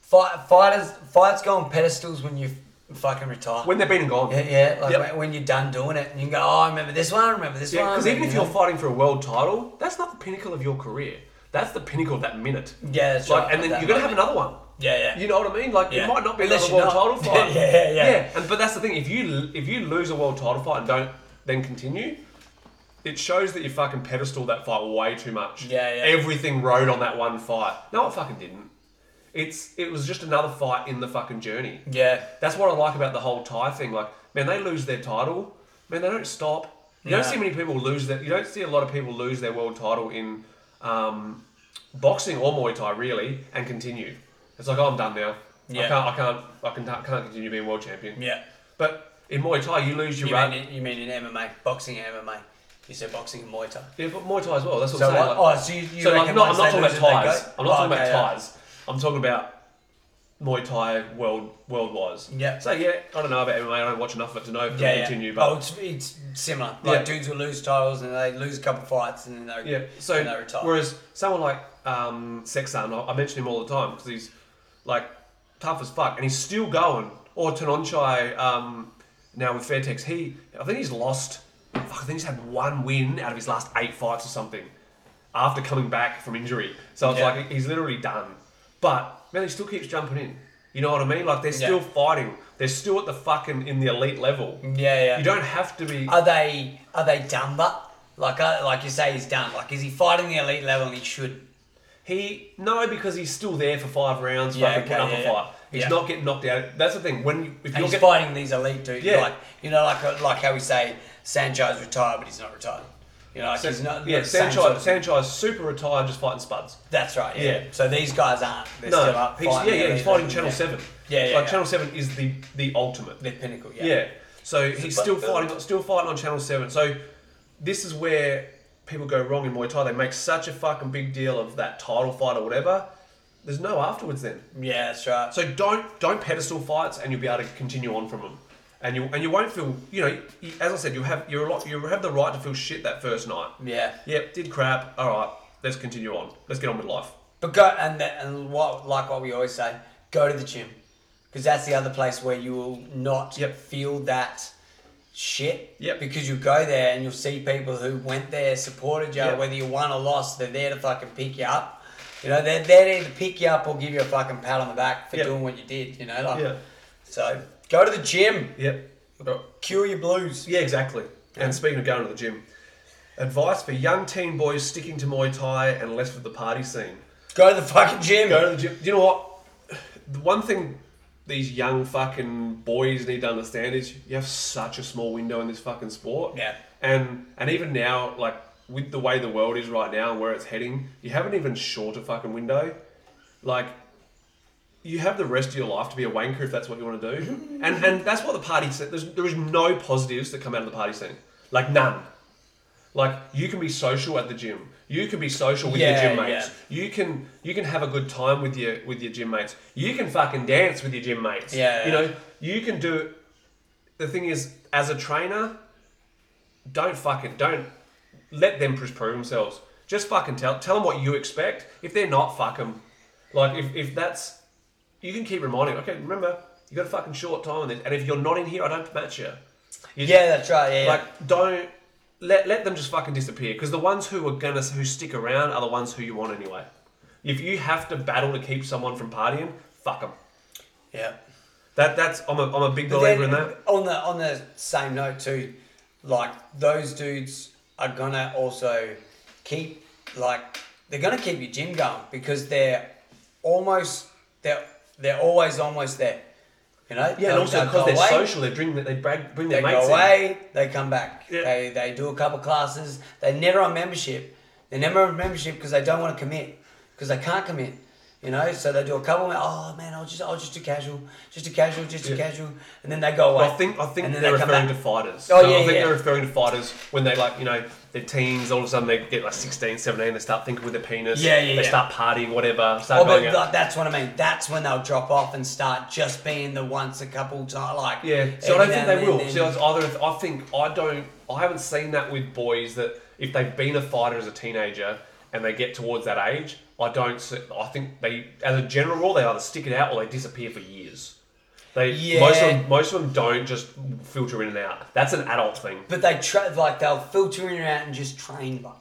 fight, fighters, fights go on pedestals when you fucking retire.
When they're been and gone.
yeah, yeah, like
Yep.
when- when you're done doing it, and you can go, oh, I remember this one, I remember this
Yeah,
one. I
because even if
remember
you're
that."
fighting for a world title, that's not the pinnacle of your career. That's the pinnacle of that minute.
Yeah, that's
like,
right,
And then
that
you're gonna have
moment.
another one.
Yeah, yeah.
You know what I mean? Like
Yeah.
it might not be
Unless
another world
you're
title
not-
fight.
Yeah, yeah, yeah.
And but that's the thing. If you if you lose a world title fight and don't then continue, it shows that you fucking pedestal that fight way too much.
Yeah, yeah.
Everything rode on that one fight. No, it fucking didn't. it's it was just another fight in the fucking journey.
Yeah.
That's what I like about the whole Thai thing. Like, man, they lose their title. Man, they don't stop. You don't
No.
see many people lose that. You don't see a lot of people lose their world title in um, boxing or Muay Thai, really, and continue. It's like, oh, I'm done now.
Yeah.
I can't. I can't. I can, can't continue being world champion.
Yeah.
But in Muay Thai, you lose your
You
run.
mean, in- you mean in MMA, boxing and MMA? You said boxing and Muay Thai.
Yeah, but Muay Thai as well. That's what
So
I'm saying.
what-
like-
oh, so you- you
so like,
reckon
no, I'm
once
not
they
talking about
lose it, they
ties.
go?
I'm not talking
Oh,
about
okay, yeah.
ties. I'm talking about Muay Thai world world wise.
Yeah.
So yeah, I don't know about MMA. I don't watch enough of it to know if
Yeah,
it'll
yeah.
continue.
oh,
But
it's, it's similar. Like
Yeah.
dudes will lose titles and they lose a couple fights and then they
yeah. So
and they retire.
whereas someone like um, Sexan, I, I mention him all the time because he's like tough as fuck, and he's still going. Or Tanonchai um, now with Fairtex, he I think he's lost. Fuck, I think he's had one win out of his last eight fights or something after coming back from injury. So it's
Yeah.
like he's literally done. But man, he still keeps jumping in. You know what I mean? Like they're still
Yeah.
fighting. They're still at the fucking in the elite level.
Yeah, yeah.
You don't have to be.
are they are they done? But like uh, like you say, he's done. Like is he fighting the elite level? and He should.
He no, because he's still there for five rounds,
Yeah,
fucking
okay,
putting up
yeah, yeah.
a fight. He's
Yeah.
not getting knocked out. That's the thing. When you, if
And
you're
he's
get,
fighting these elite dudes.
Yeah.
Like you know, like uh, like how we say Sancho's retired, but he's not retired. You know, like he's not.
yeah,
not the same
Sanchai,
sort of-
Sanchai's super retired, just fighting spuds.
That's right. Yeah.
Yeah.
So these guys aren't. They're
no,
still up.
he's, yeah,
fighting the
yeah, he's
elite
fighting
level,
Channel
yeah.
Seven.
Yeah, yeah,
like
yeah.
Channel Seven is the the ultimate.
The pinnacle. Yeah.
Yeah. So he's
but-
still fighting, still fighting on Channel Seven. So this is where people go wrong in Muay Thai. They make such a fucking big deal of that title fight or whatever. There's no afterwards then.
Yeah, that's right.
So don't don't pedestal fights, and you'll be able to continue on from them, and you and you won't feel you know. you- As I said, you have you're a lot you have the right to feel shit that first night.
yeah.
Yep, did crap. All right, let's continue on. Let's get on with life.
But go and that, and what like what we always say, go to the gym, because that's the other place where you will not
Yep.
feel that shit.
Yep.
Because you go there and you'll see people who went there, supported you,
Yep.
whether you won or lost. They're there to fucking pick you up. You know, they're they're there to pick you up or give you a fucking pat on the back for
Yep.
doing what you did. You know, like
Yeah.
so. Go to the gym,
Yep.
cure your blues.
Yeah, exactly. And speaking of going to the gym, advice for young teen boys sticking to Muay Thai and less of the party scene.
Go to the fucking gym.
Go to the gym. You know what? The one thing these young fucking boys need to understand is you have such a small window in this fucking sport.
Yeah.
And and even now, like with the way the world is right now and where it's heading, you have an even shorter fucking window. Like you have the rest of your life to be a wanker if that's what you want to do. and and that's what the party scene. There's, there is no positives that come out of the party scene. Like none. Like you can be social at the gym. You can be social with
Yeah,
your gym mates.
yeah.
You can you can have a good time with your with your gym mates. You can fucking dance with your gym mates.
Yeah,
You
yeah.
know, you can do the thing is as a trainer, don't fucking don't let them pres- prove themselves. Just fucking tell tell them what you expect. If they're not, fuck them. Like if, if that's you can keep reminding. Okay, remember you got a fucking short time on this, and if you're not in here, I don't match you. You-
Yeah, that's right. Yeah. yeah.
like, don't let let them just fucking disappear. Because the ones who are gonna who stick around are the ones who you want anyway. If you have to battle to keep someone from partying, fuck them.
yeah.
That that's I'm a, I'm a big
But
believer
then,
in that.
On the on the same note too, like those dudes are gonna also keep like they're gonna keep your gym going because they're almost they're they're always almost there. You know?
Yeah, and
They'll-
also
they'll
because
go
they're
away,
social, they bring they brag, bring
They
their
go
mates
away, they come back.
Yeah.
They they do a couple classes. They're never on membership. They're never on membership because they don't want to commit because they can't commit. You know, so they do a couple. Oh man, I'll just I'll just do casual, just do casual, just do
Yeah.
casual, and then they go away.
in. I think I think
And
they're
then they come
referring to
back.
fighters.
Oh,
so
yeah,
I think
yeah.
they're referring to fighters when they like you know they're teens. All of a sudden they get like 16, 17, They start thinking with their penis.
Yeah, yeah,
They
yeah.
start partying, whatever. Start
Oh, but
going out.
like, that's what I mean. That's when they'll drop off and start just being the once a couple time. Like
Yeah. So I don't
every
think
now
they
and
will.
then-
So it's either I think I don't. I haven't seen that with boys that if they've been a fighter as a teenager and they get towards that age, I don't. see- I think they, as a general rule, they either stick it out or they disappear for years. They most of
Yeah.
them, most of them don't just filter in and out. That's an adult thing.
but they tra- like they'll filter in and out and just train. Like,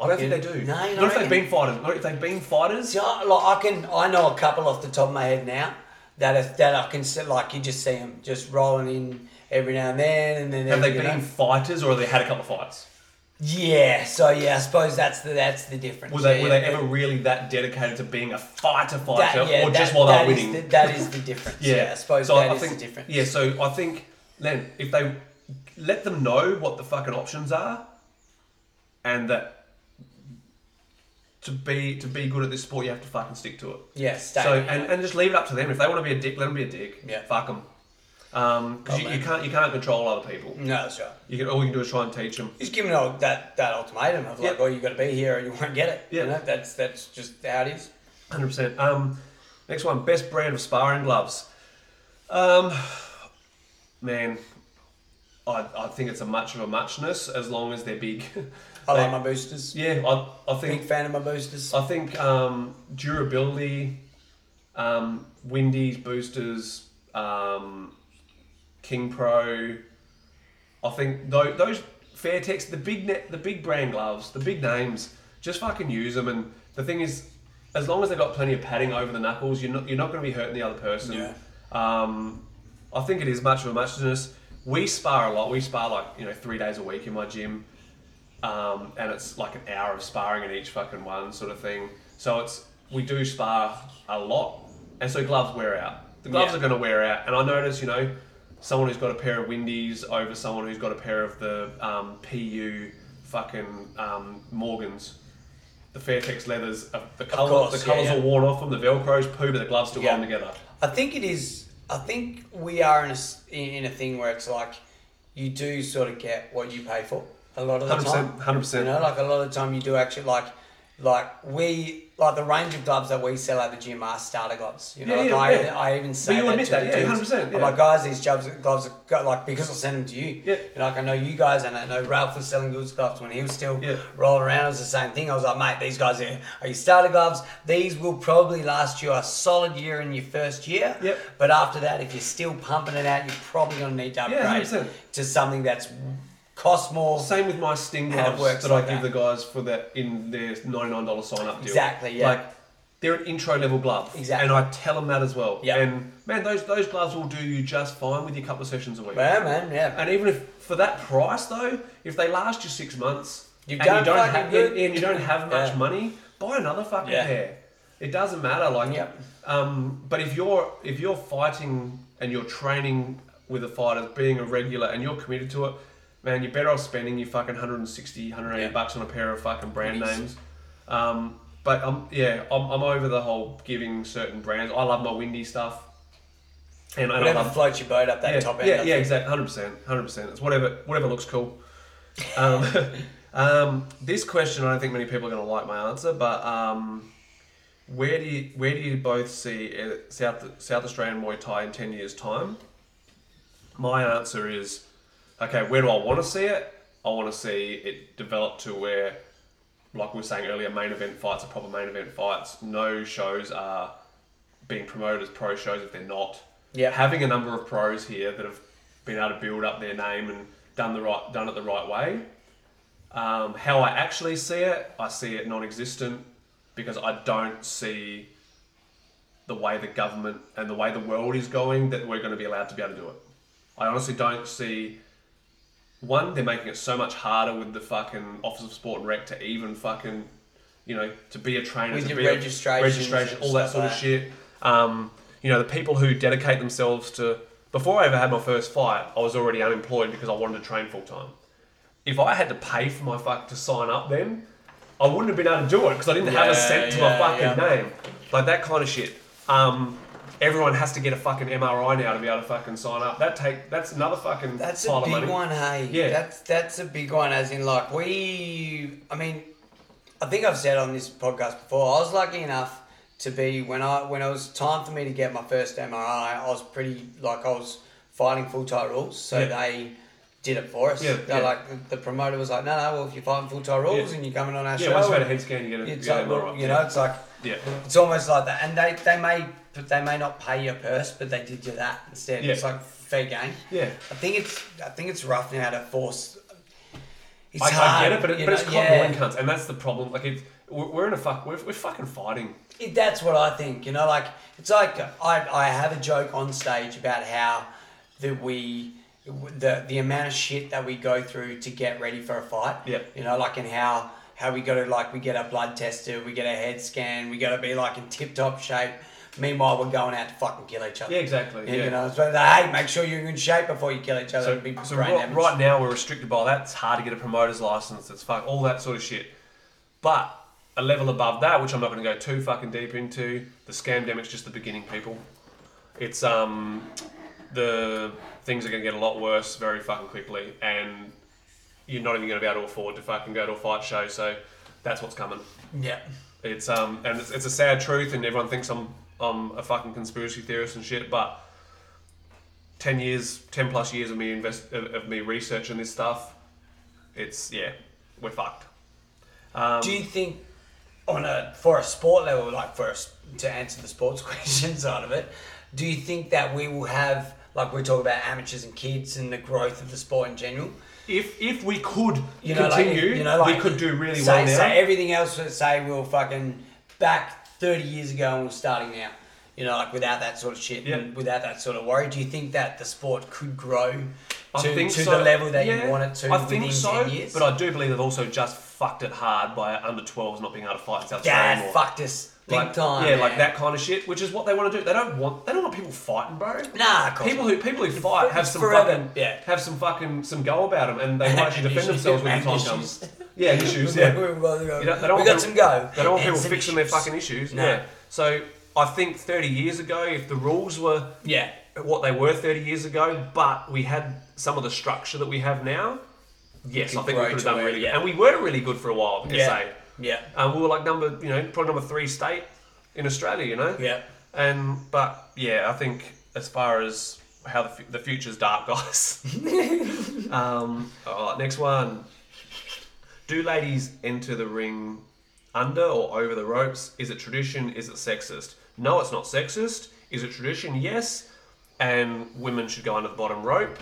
I don't think
Yeah.
they
No,
do.
you
not if
don't
they've been fighters. Not if they've been fighters.
See, I, like I can, I know a couple off the top of my head now that if, that I can see, like you just see them just rolling in every now and then, and then
Have they
you know.
been fighters or have they had a couple of fights?
Yeah, so yeah, I suppose that's the that's the difference.
Were they,
yeah,
were they
yeah.
ever really that dedicated to being a fighter
That-
fighter,
yeah,
or just
that-
while they were
that is
winning?
the- that is the difference. yeah. I suppose that is
think,
the difference.
Yeah, so I think then if they let them know what the fucking options are, and that to be to be good at this sport, you have to fucking stick to it.
Yeah, stay.
So and, and just leave it up to them. If they want to be a dick, let them be a dick.
Yeah. Oh,
fuck them. Um, because you,
man. Mm.
you can't you can't control other people.
no, that's right.
You can all you can do is try and teach them.
Just give them all that, that ultimatum of like,
Yeah.
oh, you got to be here or you won't get it.
Yeah.
You know, that's that's just how it is.
Hundred percent. Um, next one, best brand of sparring gloves. Um, man, I, I think it's a much of a muchness as long as they're big.
I like
They-
my boosters.
Yeah, I, I
Big
think
fan of my boosters.
I think um, durability, um, Windies boosters, um, King Pro. I think tho- those Fairtex, the big net, the big brand gloves, the big names, just fucking use them. And the thing is, as long as they've got plenty of padding over the knuckles, you're not you're not going to be hurting the other person.
Yeah.
Um, I think it is much of a muchness. We spar a lot. We spar like you know three days a week in my gym, um, and it's like an hour of sparring in each fucking one sort of thing. So it's we do spar a lot, and so gloves wear out. The gloves
Yeah.
are going to wear out, and I notice you know someone who's got a pair of Windies over someone who's got a pair of the um, PU fucking um, Morgans. The Fairtex leathers, uh, the colour,
course,
the
yeah,
colours
yeah.
are worn off them. The Velcro's poo, but the gloves still
Yeah.
hold them together.
I think it is. I think we are in a, s- in in a thing where it's like you do sort of get what you pay for a lot of the
100%,
time.
100%.
You know, like a lot of the time you do actually like like we like the range of gloves that we sell at the gym are starter gloves. You know,
Yeah,
like
yeah,
I,
yeah.
I even say
you
that
admit
to
that,
the
yeah,
dudes.
100%,
I'm
yeah.
like, guys, these gloves gloves are go, like because I sent them to you.
Yeah.
And like I know you guys, and I know Ralph was selling good gloves when he was still
Yeah.
rolling around. It was the same thing. I was like, mate, these guys are, are your starter gloves. These will probably last you a solid year in your first year.
Yep.
But after that, if you're still pumping it out, you're probably going to need to
Yeah,
upgrade
100%.
to something that's cost more.
Same with my
And
sting
it
gloves
works
that
like
I give
that.
the guys for that in their ninety-nine dollar sign-up deal.
Exactly, yeah.
Like they're an intro level glove.
Exactly.
And I tell them that as well.
Yeah.
And man, those those gloves will do you just fine with your couple of sessions a week.
Yeah, man, yeah.
And even if for that price though, if they last you six months
You've
and
done
you don't
fucking
have
good.
and, and you don't have much
Yeah.
money, buy another fucking
Yeah.
pair. It doesn't matter. Like
Yeah.
um, but if you're if you're fighting and you're training with a fighter, being a regular and you're committed to it, man, you're better off spending your fucking 160, 180
Yeah.
bucks on a pair of fucking brand
Hoodies.
names. Um, but um, yeah, I'm, I'm over the whole giving certain brands. I love my windy stuff. And, and I
Whatever
love
floats your boat up that
yeah,
top end.
Yeah,
I
yeah,
think.
exactly. Hundred percent, hundred percent. It's whatever, whatever looks cool. Um, um, this question, I don't think many people are going to like my answer, but um, where do you where do you both see uh, South South Australian Muay Thai in ten years' time? My answer is, okay, where do I want to see it? I want to see it develop to where, like we were saying earlier, main event fights are proper main event fights. No shows are being promoted as pro shows if they're not.
Yeah.
Having a number of pros here that have been able to build up their name and done the right done it the right way. Um, how I actually see it, I see it non-existent because I don't see the way the government and the way the world is going that we're going to be allowed to be able to do it. I honestly don't see. One, they're making it so much harder with the fucking Office of Sport and Rec to even fucking, you know, to be a trainer,
With
to
your
be a-
registrations
registration,
and
all that
stuff
sort of
like that.
shit. Um, you know, the people who dedicate themselves to. Before I ever had my first fight, I was already unemployed because I wanted to train full time. If I had to pay for my fuck to sign up, then I wouldn't have been able to do it because I didn't have
Yeah,
a cent to
yeah,
my fucking
yeah.
name name. Like that kind of shit. Um, everyone has to get a fucking MRI now to be able to fucking sign up. That take that's another fucking
That's a
pile of
big
money.
one, hey.
Yeah.
That's that's a big one as in like we I mean I think I've said on this podcast before, I was lucky enough to be when I when it was time for me to get my first MRI, I was pretty like I was fighting full tie rules, so
Yeah.
they did it for us.
Yeah,
They're
yeah.
like the, the promoter was like, No, no, well if you're fighting full tie rules
Yeah.
and you're coming on our
Yeah,
show
once you've had a head scan, you get a
it's
you get
like,
an
well,
MRI.
you know, it's like
Yeah.
it's almost like that. And they, they may they may not pay your purse, but they did you that instead.
Yeah.
It's like fair game.
Yeah.
I think it's I think it's rough now to force. It's
I,
hard,
I get it, but, it,
you
but it's
know,
cotton
yeah.
loin cunts, and that's the problem. Like it's, we're, we're in a fuck, we're, we're fucking fighting.
It- that's what I think. You know, like it's like I I have a joke on stage about how that we the the amount of shit that we go through to get ready for a fight.
Yep.
You know, like and how how we go to like we get our blood tested, we get our head scan, we gotta be like in tip top shape. Meanwhile, we're going out to fucking kill each other.
Yeah, exactly, yeah.
You know, so they, hey, make sure you're in good shape before you kill each other.
So,
It'd be
so
brain
right,
damage.
right now we're restricted by that. It's hard to get a promoter's license. It's fuck all that sort of shit. But a level above that, which I'm not going to go too fucking deep into, the scam damage just the beginning, people. It's um the things are going to get a lot worse very fucking quickly, and you're not even going to be able to afford to fucking go to a fight show. So that's what's coming.
Yeah.
It's um and it's, it's a sad truth, and everyone thinks I'm I'm a fucking conspiracy theorist and shit. But ten years, ten plus years of me invest of, of me researching this stuff, it's yeah, we're fucked.
Do you think on a for a sport level, like for us to answer the sports question side of it, do you think that we will have like we talk about amateurs and kids and the growth of the sport in general?
If if we could
You know,
continue,
like, you know, like
we could do really
say,
well now.
Say everything else. let's Say we were fucking back thirty years ago and we're starting now. You know, like without that sort of shit
Yeah.
and without that sort of worry, do you think that the sport could grow to,
I think
to
so.
the level that
Yeah,
you want it to
I
within
think so,
10 years?
but I do believe they've also just fucked it hard by under 12s not being able to fight in South Australia
Dad
anymore.
fucked us big
like,
time.
Yeah, like
man.
that kind of shit, which is what they want to do. They don't want they don't want people fighting, bro.
Nah, of course
people
not.
who people who fight have some
forever,
fucking
yeah.
have some fucking some go about them, and they might actually defend
Issues.
themselves when the time
And
comes.
issues.
Yeah, and issues.
We-
Yeah,
we- we got- we got-
You know, they don't
we
want
got
people-
some go.
They don't want
and
people
some
fixing their
issues.
fucking issues.
No.
Yeah. So I think 30 years ago, if the rules were
Yeah.
what they were 30 years ago, but we had some of the structure that we have now. Yes, I
could
think we
grow
could have
to
done
where-
really good,
yeah.
and we were really good for a while. I
Yeah.
say.
Yeah.
Um, we were like number, you know, probably number three state in Australia, you know.
Yeah.
And but yeah, I think as far as how the, fu- the future's dark, guys. um, all right, next one. Do ladies enter the ring under or over the ropes? Is it tradition? Is it sexist? No, it's not sexist. Is it tradition? Yes. And women should go under the bottom rope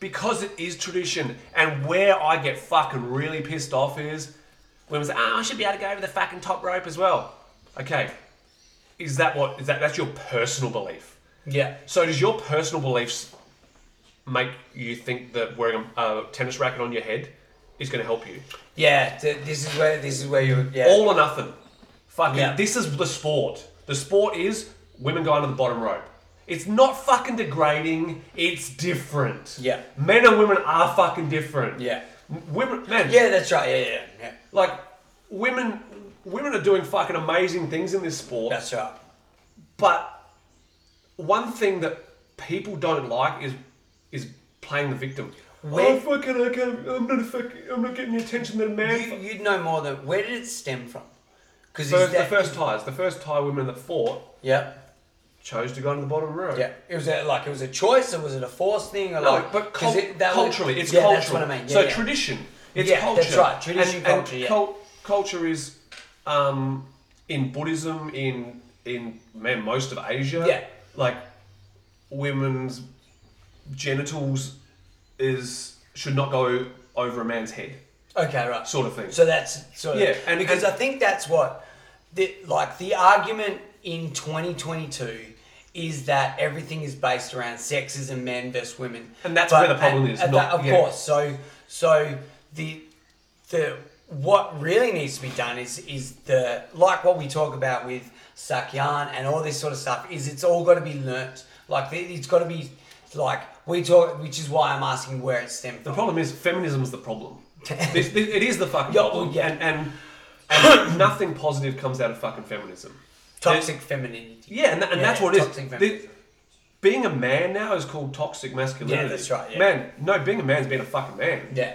because it is tradition. And where I get fucking really pissed off is women say, "Ah, I should be able to go over the fucking top rope as well." Okay, is that what is that? That's your personal belief.
Yeah.
So does your personal beliefs make you think that wearing a, a tennis racket on your head is going to help you?
Yeah. th- This is where this is where you. Yeah.
All or nothing. Fucking.
Yeah.
This is the sport. The sport is women go under the bottom rope. It's not fucking degrading. It's different.
Yeah.
Men and women are fucking different.
Yeah.
M- Women, men.
yeah. That's right. Yeah. Yeah. Yeah.
Like women, women are doing fucking amazing things in this sport.
That's right.
But one thing that people don't like is is playing the victim.
Where-
oh fucking okay, I'm not a fuck, I'm not getting the attention that a
You,
man.
you'd know more than where did it stem from? Because
First, the first ties, the first Thai women that fought
Yeah.
chose to go into the bottom row.
Yeah. It was a, like it was a choice or was it a forced thing or
No,
like?
but
'cause
cul-
it- that was-
culturally, it's
yeah,
cultural.
That's what I mean. Yeah,
so
yeah.
tradition, it's
Yeah,
culture.
that's right, tradition,
and,
culture,
And
yeah.
cult- culture is um, in Buddhism, in in man, most of Asia.
Yeah.
like women's genitals is should not go over a man's head,
Okay. Right.
sort of thing.
So that's sort of
Yeah, and-
because
and-
I think that's what the, like the argument in 2022 is that everything is based around sexism, men versus women,
And that's where the problem is,
and
not-
that- of
yeah.
course. So so the the what really needs to be done is is the like what we talk about with Sakyan and all this sort of stuff is it's all got to be learnt. Like it- it's got to be like we talk, which is why I'm asking where it stemmed
the
from.
problem is feminism's the problem. this, this, it is the fucking
Yeah, well,
problem,
yeah.
and and, and nothing positive comes out of fucking feminism.
Toxic femininity.
Yeah, and, tha- and
Yeah,
that's what it is.
toxic
The-
feminism.
being a man now is called toxic masculinity.
Yeah, that's right, yeah.
Man, no, being a man's being a fucking man.
Yeah.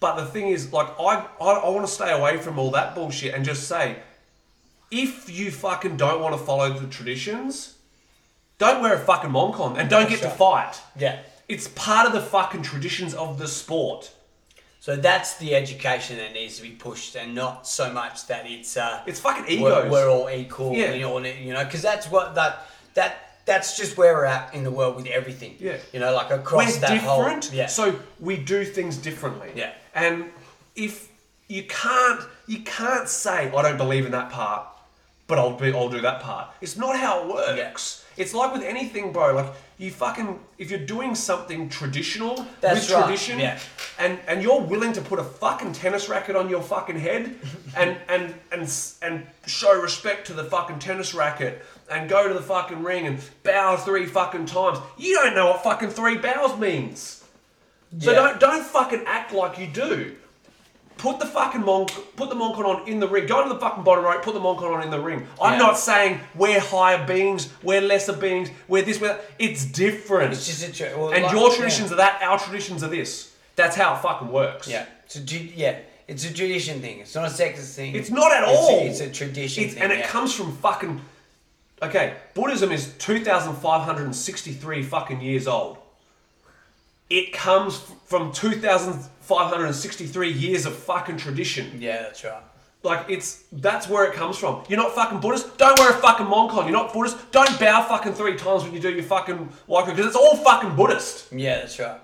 But the thing is, like, I I, I want to stay away from all that bullshit and just say, if you fucking don't want to follow the traditions, don't wear a fucking moncon and don't get to
That's
fight.
Yeah.
It's part of the fucking traditions of the sport.
So that's the education that needs to be pushed, and not so much that it's uh,
It's fucking
we're,
egos.
we're all equal.
Yeah.
You know, and it- you know, because that's what that that that's just where we're at in the world with everything.
Yeah.
You know, like across
we're
that
different,
whole. Yeah.
so we do things differently.
Yeah.
And if you can't, you can't say I don't believe in that part, but I'll be, I'll do that part. It's not how it works. It's like with anything, bro. Like you fucking if you're doing something traditional
That's
with
right,
tradition,
yeah.
and and you're willing to put a fucking tennis racket on your fucking head, and and and s- and show respect to the fucking tennis racket, and go to the fucking ring and bow three fucking times. You don't know what fucking three bows means. So
Yeah.
don't don't fucking act like you do. Put the fucking monk, put the moncon on in the ring. Go to the fucking bottom rope. Put the moncon on in the ring. I'm
Yeah.
not saying we're higher beings, we're lesser beings, we're this, we're that. It's different.
It's just a tra- well,
and
like-
your traditions
yeah.
are that. Our traditions are this. That's how it fucking works.
Yeah. It's a, ju- yeah. It's a tradition thing. It's not a sexist thing.
It's not at
It's a-
all.
It's a, tradition
It's-
thing.
and it
yeah.
comes from fucking. Okay, Buddhism is 2,563 fucking years old. It comes f- from 2,563 years of fucking tradition.
Yeah, that's right.
Like, it's. That's where it comes from. You're not fucking Buddhist? Don't wear a fucking moncon. You're not Buddhist? Don't bow fucking three times when you do your fucking waiku, because it's all fucking Buddhist.
Yeah, that's right.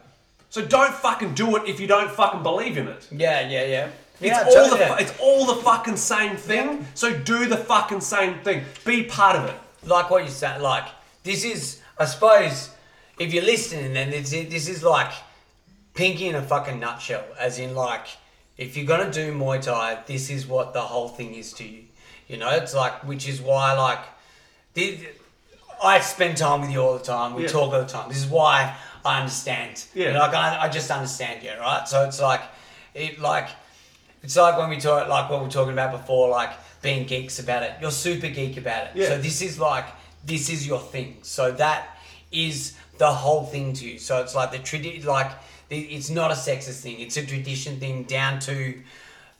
So don't fucking do it if you don't fucking believe in it.
Yeah, yeah, yeah.
It's
yeah,
all the
totally.
fu- it's all the fucking same thing. So do the fucking same thing. Be part of it.
like what you said, like this is, I suppose, if you're listening, then this is, this is like Pinky in a fucking nutshell. As in, like, if you're gonna do Muay Thai, this is what the whole thing is to you. You know, it's like, which is why, like, thi- I spend time with you all the time. We
Yeah.
talk all the time. This is why I understand.
Yeah.
You know, like I, I just understand you, right? So it's like, it like, it's like when we talk, like what we were talking about before, like being geeks about it. You're super geek about it.
Yeah.
So this is like, this is your thing. So that is the whole thing to you. So it's like the tradition, like the, it's not a sexist thing. It's a tradition thing down to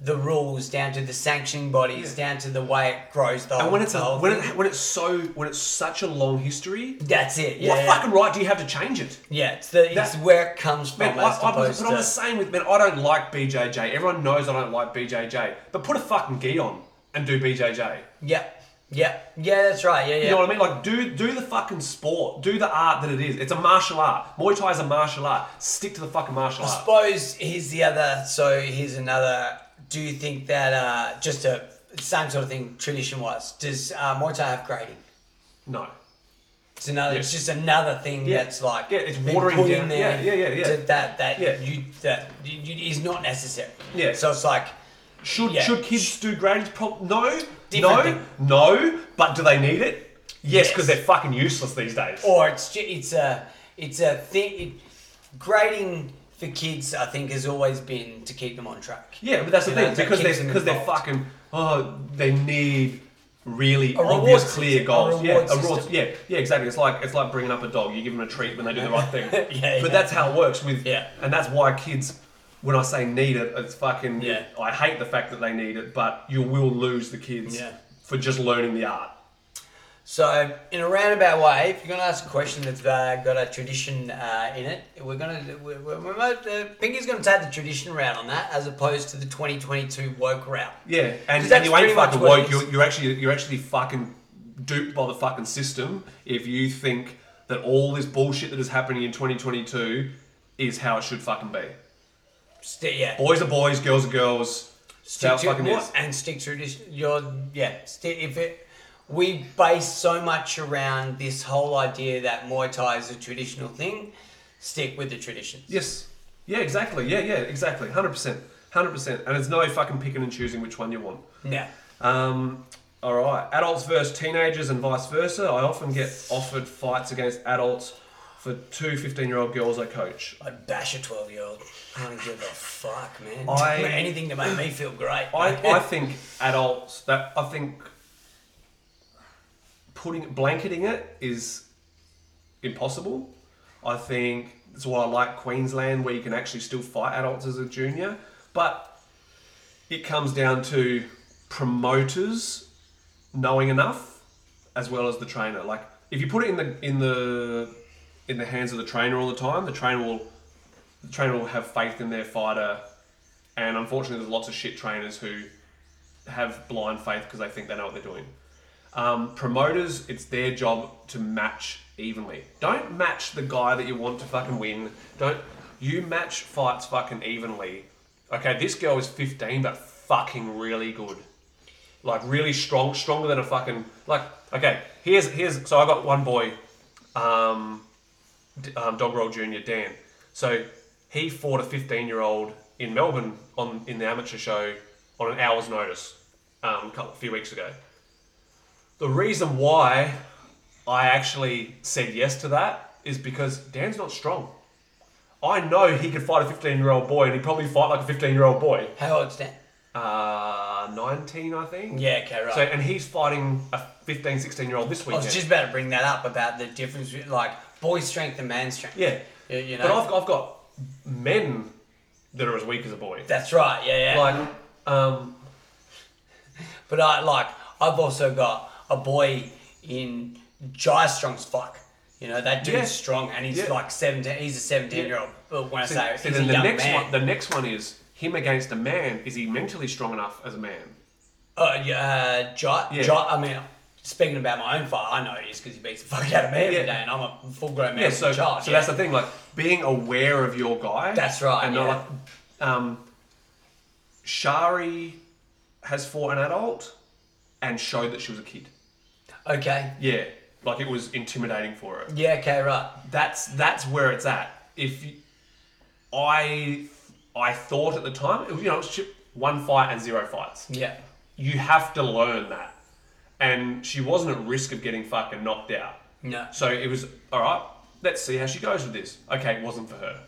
the rules, down to the sanctioning bodies, down to the way it grows. The whole,
And when it's
the
a,
whole
when
thing.
it when it's so when it's such a long history,
that's it. Yeah,
what
yeah.
fucking right do you have to change it?
Yeah, it's the it's
That-
where it comes from
Man, I,
as
I, but I'm
opposed
the
to
same with man. I don't like BJJ. Everyone knows I don't like BJJ. But put a fucking gi on and do BJJ.
yeah, yeah, yeah. That's right. Yeah, yeah.
You know what I mean? Like do do the fucking sport, do the art that it is. It's a martial art. Muay Thai is a martial art. Stick to the fucking martial
I
art.
suppose here's the other. So here's another. Do you think that uh, just a same sort of thing tradition wise? Does uh, Muay Thai have grading?
no.
It's another. It's
Yes.
just another thing
Yeah.
that's like
Yeah, it's
been
watering
put
down.
in there.
Yeah, yeah, yeah, yeah.
to- That that
Yeah.
you that you, you- is not necessary.
Yeah.
So it's like
Should
Yeah.
should kids do grading? Pro- no,
Different
no,
thing.
no. But do they need it? Yes, because
Yes.
they're fucking useless these days.
or it's ju- it's a it's a thing. It, grading for kids, I think, has always been to keep them on track.
yeah, but that's the
You know,
thing
that
because
keeps
they're
them
because they're
involved.
fucking oh they need really
reward
obvious
system,
clear
a
goals. yeah,
reward
a reward,
system.
yeah, yeah, exactly. It's like it's like bringing up a dog. You give them a treat when they do the right thing.
Yeah,
but
yeah.
that's how it works with
Yeah.
and that's why kids. When I say need it, it's fucking.
Yeah.
I hate the fact that they need it, but you will lose the kids
Yeah.
for just learning the art.
So, in a roundabout way, if you're going to ask a question that's uh, got a tradition uh, in it, we're going to we're, we're, we're, most- uh, Pinky's going to take the tradition route on that, as opposed to the 2022 woke route.
Yeah, and, and
that's
you ain't
pretty much
fucking
what it
woke.
is.
You're, you're actually you're actually fucking duped by the fucking system if you think that all this bullshit that is happening in 2022 is how it should fucking be.
St- yeah,
Boys are boys, girls are girls.
stick
That's
to
how it fucking
what-
is.
and stick to tradition. You're yeah, stick if it. We base so much around this whole idea that Muay Thai is a traditional thing. Stick with the traditions.
Yes. Yeah. Exactly. Yeah. Yeah. Exactly. Hundred percent. Hundred percent. And it's no fucking picking and choosing which one you want.
Yeah.
Um, all right. Adults versus teenagers and vice versa. I often get offered fights against adults for two 15 year old girls I coach.
I'd bash a 12 year old. I don't give a fuck, man.
I-
Anything to make me feel great.
I,
man.
I think adults that I think putting blanketing it is impossible. I think that's why I like Queensland, where you can actually still fight adults as a junior. But it comes down to promoters knowing enough, as well as the trainer. Like if you put it in the in the in the hands of the trainer all the time, the trainer will the trainer will have faith in their fighter. And unfortunately, there's lots of shit trainers who have blind faith because they think they know what they're doing. Um, promoters, it's their job to match evenly. Don't match the guy that you want to fucking win. Don't you match fights fucking evenly. Okay, this girl is 15 but fucking really good. Like really strong, stronger than a fucking like. Okay, here's here's. So I got one boy um, D- um, Dog Roll Junior Dan. So he fought a 15 year old in Melbourne on in the amateur show on an hour's notice um, a couple, a few weeks ago. The reason why I actually said yes to that is because Dan's not strong. I know he could fight a 15 year old boy, and he'd probably fight like a 15 year old boy.
How old's Dan?
Uh, 19, I think.
Yeah, okay, right.
So, and he's fighting a 15, 16 year old this
I
weekend.
was just about to bring that up about the difference, with, like boy strength and man strength.
yeah.
you, you know.
But I've, I've got men that are as weak as a boy.
That's right. Yeah, yeah.
Like, um,
but I like I've also got a boy in Jai strong's fuck. You know that dude's
Yeah.
strong, and he's
Yeah.
like seventeen. He's a seventeen-year-old. But when
so,
I say
so
he's
then
a
the
young
next
man,
one, the next one is him against a man. Is he mentally strong enough as a man?
Uh, yeah, uh, Jot,
Yeah.
Jot, I mean, speaking about my own fight, I know it is because he beats the fuck out of me every
Yeah.
day, and I'm a full grown man.
Yeah. So,
child,
so
yeah.
that's the thing. Like being aware of your guy.
That's right,
And
yeah.
not like, um, Shari has fought an adult and showed that she was a kid.
Okay.
Yeah. Like it was intimidating for her.
Yeah. Okay. Right.
that's that's where it's at. If you, I I thought at the time, it was, you know, it's just one fight and zero fights.
Yeah.
You have to learn that. And she wasn't at risk of getting fucking knocked out.
No.
So it was all right. Let's see how she goes with this. Okay, it wasn't for her.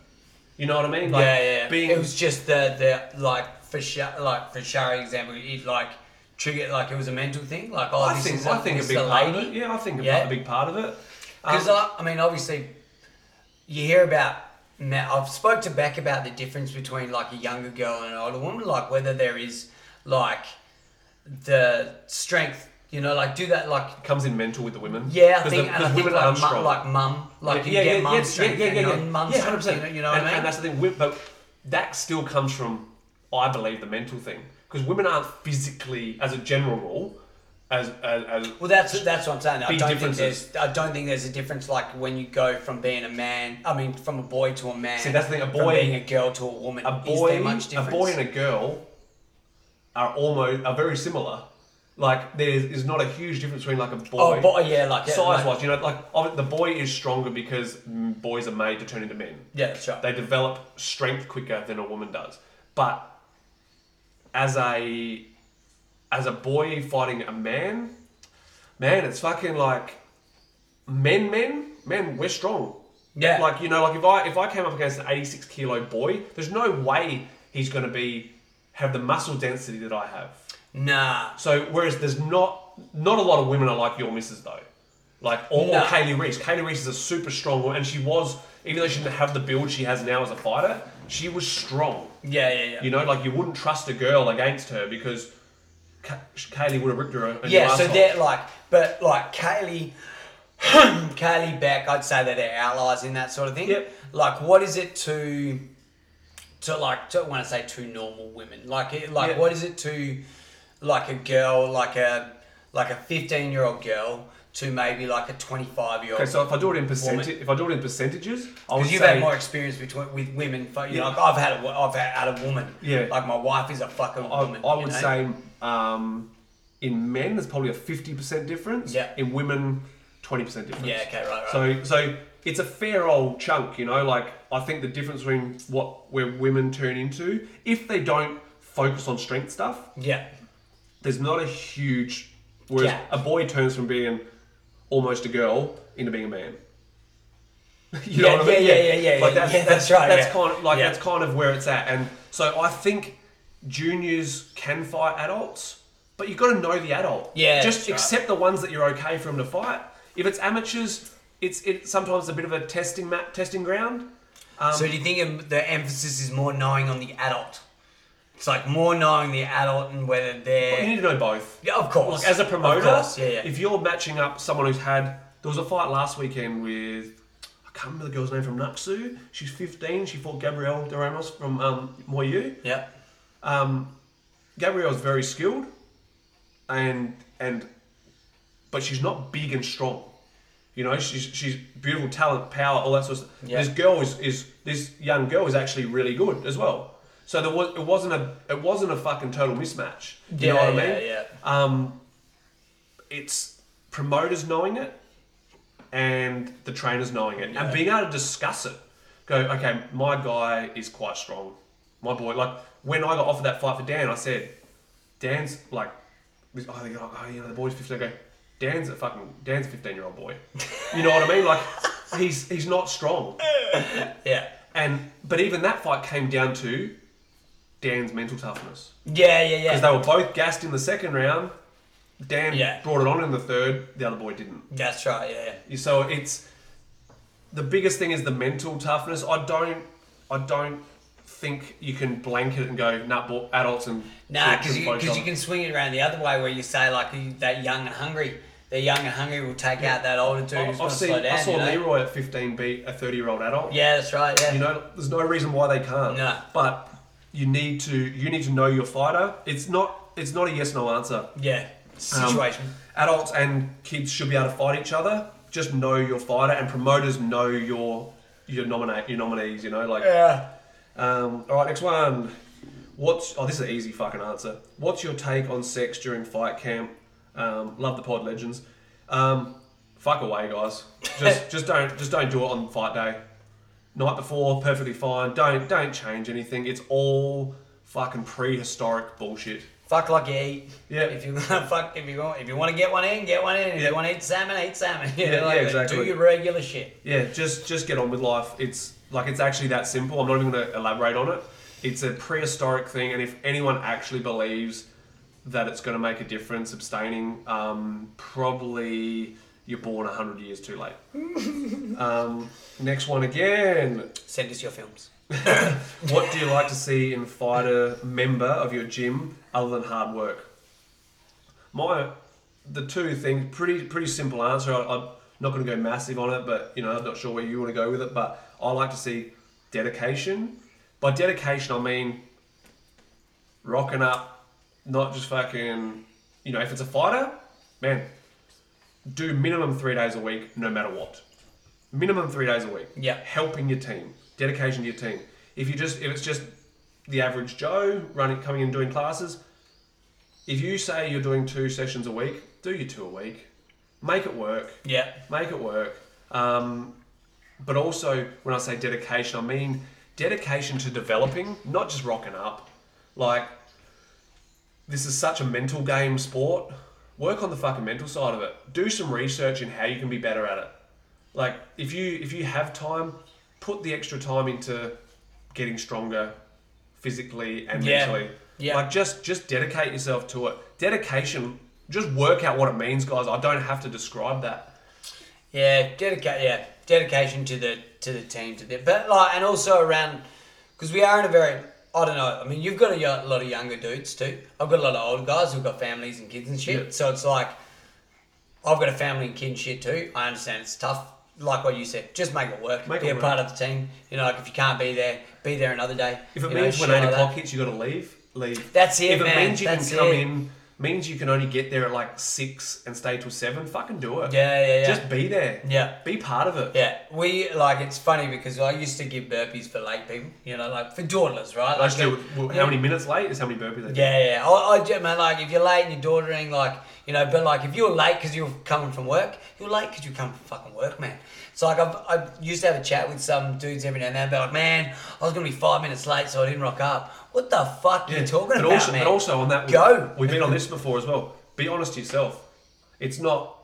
You know what I mean?
yeah. Yeah.
Being
it was just the the like for Sha- like for Shari example, it like triggered like it was a mental thing. Like oh,
I
this
think
is
I think a
this
big
is a
part of
lady.
it. Yeah, I think a,
Yeah.
a big part of it.
Because
Um,
I, I mean, obviously, you hear about. Now, I've spoke to Beck about the difference between like a younger girl and an older woman, like whether there is like the strength, you know, like do that, like
it comes in mental with the women.
yeah, I
'Cause the-
think, and I
'cause
think
women aren't
like, mum,
strong.
like mum, like you get mum strength, and you're mum strength,
100%.
you know, you know what
and,
I mean?
And that's the thing, wi- but that still comes from, I believe, the mental thing. Because women aren't physically, as a general rule, as, as, as
Well, that's that's what I'm saying. I
Big
don't think
differences.
there's, I don't think there's a difference like when you go from being a man, I mean, from a boy to a man.
See, that's the thing, a
from
boy-
being a girl to a woman.
a
is
boy,
there much
a
difference?
boy and a girl are almost, are very similar. Like, there is not a huge difference between like a boy.
Oh, boy, yeah, like yeah,
Size
like-
wise, you know, like of it, the boy is stronger because mm, boys are made to turn into men.
Yeah, that's right.
They develop strength quicker than a woman does. But as a as a boy fighting a man, man, it's fucking like men, men, men. We're strong.
Yeah.
Like you know, like if I if I came up against an eighty six kilo boy, there's no way he's gonna be have the muscle density that I have.
Nah.
So whereas there's not not a lot of women are like your missus though. Like or,
No.
or Kaylee Reese. Kaylee Reese is a super strong woman and she was even though she didn't have the build she has now as a fighter, she was strong.
Yeah, yeah, yeah.
You know, like you wouldn't trust a girl against her because Ka- Kaylee would have ripped her. A
yeah,
new
so
asshole.
they're like, but like Kaylee, Kaylee Beck, I'd say that they're allies in that sort of thing.
Yep.
Like, what is it to, to like, to, when I say to normal women, like, it, like,
Yeah.
what is it to, like a girl, like a, like a fifteen year old girl to maybe like a twenty five year old.
Okay, so if I do it in percentage,
Woman.
if I do it in percentages, I would
Because you've
say
had more experience between with women, but you know,
Yeah.
like, I've had a, wo- I've had a woman.
Yeah.
Like my wife is a fucking
I,
woman.
I
you
would
know?
say um, in men there's probably a fifty percent difference.
Yeah.
In women, twenty percent difference.
Yeah, okay, right, right.
So so it's a fair old chunk, you know. Like I think the difference between what where women turn into if they don't focus on strength stuff,
yeah.
there's not a huge. Whereas
Yeah.
a boy turns from being almost a girl into being a man. you know
Yeah,
what I mean?
yeah, yeah, yeah, yeah,
Like
yeah,
that's,
yeah,
that's,
that's right,
That's
yeah.
kind of like
Yeah.
that's kind of where it's at, and so I think juniors can fight adults, but you've got to know the adult.
Yeah,
just
that's right.
accept the ones that you're okay for them to fight. If it's amateurs, it's it's sometimes a bit of a testing mat, testing ground.
so do Um, you think em- the emphasis is more knowing on the adult? It's like more knowing the adult and whether they're.
You need to know both.
yeah, of course.
Like as a
Of
promoter,
course, yeah, yeah.
if you're matching up someone who's had, there was a fight last weekend with, I can't remember the girl's name from Naksu. She's 15. She fought Gabrielle de Ramos from um, Moyu.
yeah.
Um, Gabrielle's very skilled, and and, but she's not big and strong. You know, she's she's beautiful talent, power, all that sort of stuff.
Yeah.
This girl is, is this young girl is actually really good as well. So there was it wasn't a it wasn't a fucking total mismatch. You
yeah,
know what I
yeah,
mean?
yeah.
Um, it's promoters knowing it and the trainers knowing it and being able to discuss it. Go, okay, my guy is quite strong. My boy, like when I got offered that fight for Dan, I said, Dan's like, was- oh, they go, oh, you know, the boy's 15. I go, Dan's a fucking, Dan's a 15 year old boy. You know what I mean? Like, he's he's not strong.
Yeah.
And, but even that fight came down to Dan's mental toughness.
Yeah, yeah, yeah.
Because they were both gassed in the second round. Dan
Yeah.
brought it on in the third, the other boy didn't.
That's right, yeah, yeah.
So it's the biggest thing is the mental toughness. I don't, I don't think you can blanket and go nah, boy, adults and
Nah,
children
because you,
focus
'cause
on
you
it."
can swing it around the other way where you say, like, you- that young and hungry. The young and hungry will take out that older dude who's
I,
going
I've
to
seen,
slow down.
I saw
you know?
Leroy at 15 beat a 30 year old adult.
Yeah, that's right, yeah.
You know, there's no reason why they can't.
No.
But you need to, you need to know your fighter. It's not, it's not a yes no answer.
yeah.
Um,
Situation.
adults and kids should be able to fight each other. Just know your fighter, and promoters know your your nominate your nominees. You know, like
yeah.
um, all right, next one. What's oh, this is an easy fucking answer. What's your take on sex during fight camp? Um, love the pod legends. Um, fuck away, guys. Just just don't just don't do it on fight day. Night before, perfectly fine. Don't don't change anything. It's all fucking prehistoric bullshit.
Fuck like you eat.
Yeah.
If you want to fuck, if you want, if you want to get one in, get one in. If
Yeah.
you want to eat salmon, eat salmon. You
Yeah,
know,
yeah,
like,
exactly.
Do your regular shit.
Yeah, just just get on with life. It's like it's actually that simple. I'm not even going to elaborate on it. It's a prehistoric thing, and if anyone actually believes that it's going to make a difference, abstaining, um, probably you're born hundred years too late. um, next one again.
Send us your films.
What do you like to see in fighter member of your gym other than hard work? My the two things pretty pretty simple answer. I, I'm not going to go massive on it, but you know I'm not sure where you want to go with it. But I like to see dedication. By dedication, I mean rocking up, not just fucking. You know, if it's a fighter, man, do minimum three days a week, no matter what. Minimum three days a week.
Yeah.
Helping your team, dedication to your team. If you just, if it's just the average Joe running, coming in doing classes, if you say you're doing two sessions a week, do your two a week. Make it work.
Yeah.
Make it work. Um, but also, when I say dedication, I mean dedication to developing, not just rocking up. Like, this is such a mental game sport. Work on the fucking mental side of it. Do some research in how you can be better at it. Like, if you if you have time, put the extra time into getting stronger physically and
Yeah.
mentally.
Yeah.
Like, just just dedicate yourself to it. Dedication. Just work out what it means, guys. I don't have to describe that.
Yeah, dedicate. Yeah, dedication to the to the team to the but like and also around because we are in a very I don't know. I mean, you've got a yo- lot of younger dudes too. I've got a lot of older guys who've got families and kids and shit.
Yeah.
So it's like I've got a family and kid and shit too. I understand it's tough. Like what you said, just make it work.
Make
be
it
a
work.
part of the team. You know, like if you can't be there, be there another day.
If it
You know,
means when
shit
eight
like that.
o'clock hits, you got to leave. Leave.
That's it,
If it
man.
means you
That's
can come
it.
in, means you can only get there at like six and stay till seven. Fucking do it.
Yeah, yeah, yeah.
Just be there.
Yeah.
Be part of it.
Yeah, we like it's funny because I used to give burpees for late people, you know, like for dawdlers, right?
Like,
Like,
do, well,
yeah.
how many minutes late is how many burpees they do.
Yeah, yeah. I, I ju- man, like if you're late and you're daughtering, like you know, but like if you were late because you were coming from work, you're late because you come from fucking work, man. It's like I've, I used to have a chat with some dudes every now and then, be like, man, I was gonna be five minutes late, so I didn't rock up. What the fuck are you talking
but
about,
also,
man?
But also on that,
Go.
We've been on this before as well. Be honest to yourself. It's not.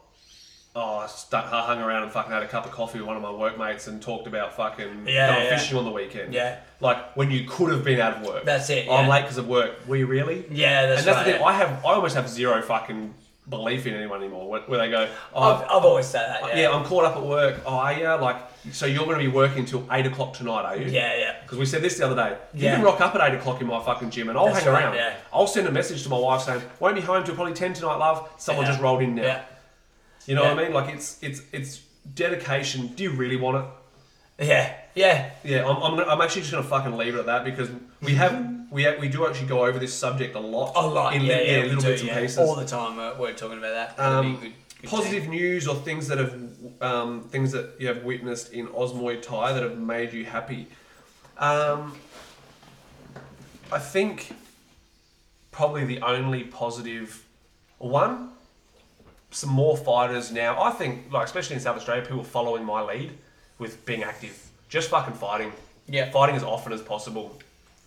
Oh, I stuck, I hung around and fucking had a cup of coffee with one of my workmates and talked about fucking
Yeah,
going
yeah.
fishing on the weekend.
Yeah.
Like when you could have been out of work.
That's it,
Oh, I'm
yeah.
late because of work. Were you really?
Yeah, that's
and that's
right,
the thing.
yeah.
I have. I almost have zero fucking belief in anyone anymore. Where, where they go,
I've,
oh,
I've always said that.
yeah.
Yeah,
I'm caught up at work. Oh, are you? Like, so you're going to be working till eight o'clock tonight, are you?
yeah, yeah.
Because we said this the other day. You
Yeah.
can rock up at eight o'clock in my fucking gym, and I'll
That's
hang
right,
around.
yeah.
I'll send a message to my wife saying, "Won't be home till probably ten tonight, love." Someone
Yeah.
just rolled in now.
Yeah.
You know
Yeah.
what I mean? Like it's it's it's dedication. Do you really want it?
yeah, yeah,
Yeah, I'm I'm, gonna, I'm actually just gonna fucking leave it at that because we have we have, we do actually go over this subject a lot.
A lot.
in
yeah,
li-
yeah, we
little
do,
bits
yeah.
and pieces.
All the time uh, we're talking about that. That'd
Um,
be a good, good
positive
thing.
news or things that have um, things that you have witnessed in Osmoy Thai that have made you happy. Um, I think probably the only positive one some more fighters now. I think, like especially in South Australia, people following my lead with being active, just fucking fighting.
Yeah.
fighting as often as possible.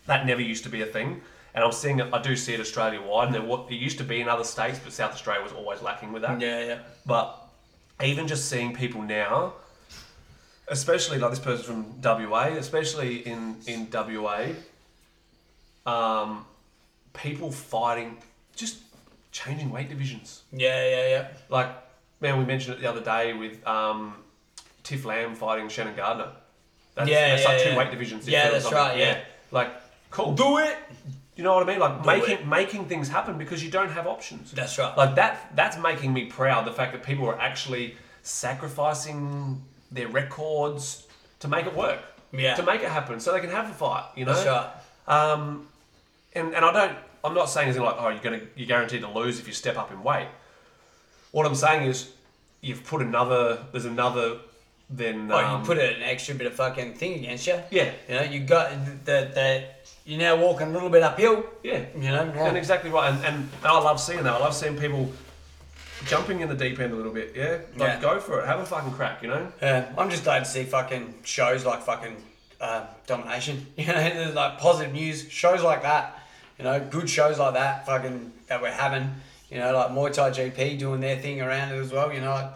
That never used to be a thing, and I'm seeing it. I do see it Australia wide, and it, what it used to be in other states, but South Australia was always lacking with that.
Yeah, yeah.
But even just seeing people now, especially like this person from WA, especially in in WA, um, people fighting, just changing weight divisions.
Yeah, yeah, yeah.
Like man, we mentioned it the other day with um, Tiff Lamb fighting Shannon Gardner. That's,
Yeah,
that's like
yeah,
two
yeah.
weight divisions.
Yeah,
different or
that's
something.
right, yeah.
like cool, do it. You know what I mean? Like making
it.
making things happen because you don't have options.
That's right.
Like that that's making me proud. The fact that people are actually sacrificing their records to make it work.
Yeah.
To make it happen, so they can have a fight. You know.
That's right.
Um, and, and I don't. I'm not saying it's like, oh, you're gonna you're guaranteed to lose if you step up in weight. What I'm saying is, you've put another. There's another. Then
Oh,
um,
you put an extra bit of fucking thing against you.
Yeah.
You know, you got the the you're now walking a little bit uphill.
Yeah.
You know.
And exactly right. And, and, and I love seeing that. I love seeing people jumping in the deep end a little bit. Yeah. Like
Yeah.
go for it. Have a fucking crack. You know.
Yeah, I'm just glad to see fucking shows like fucking uh, Domination. You know, there's like positive news shows like that. You know, good shows like that. Fucking that we're having. You know, like Muay Thai GP doing their thing around it as well. You know, like,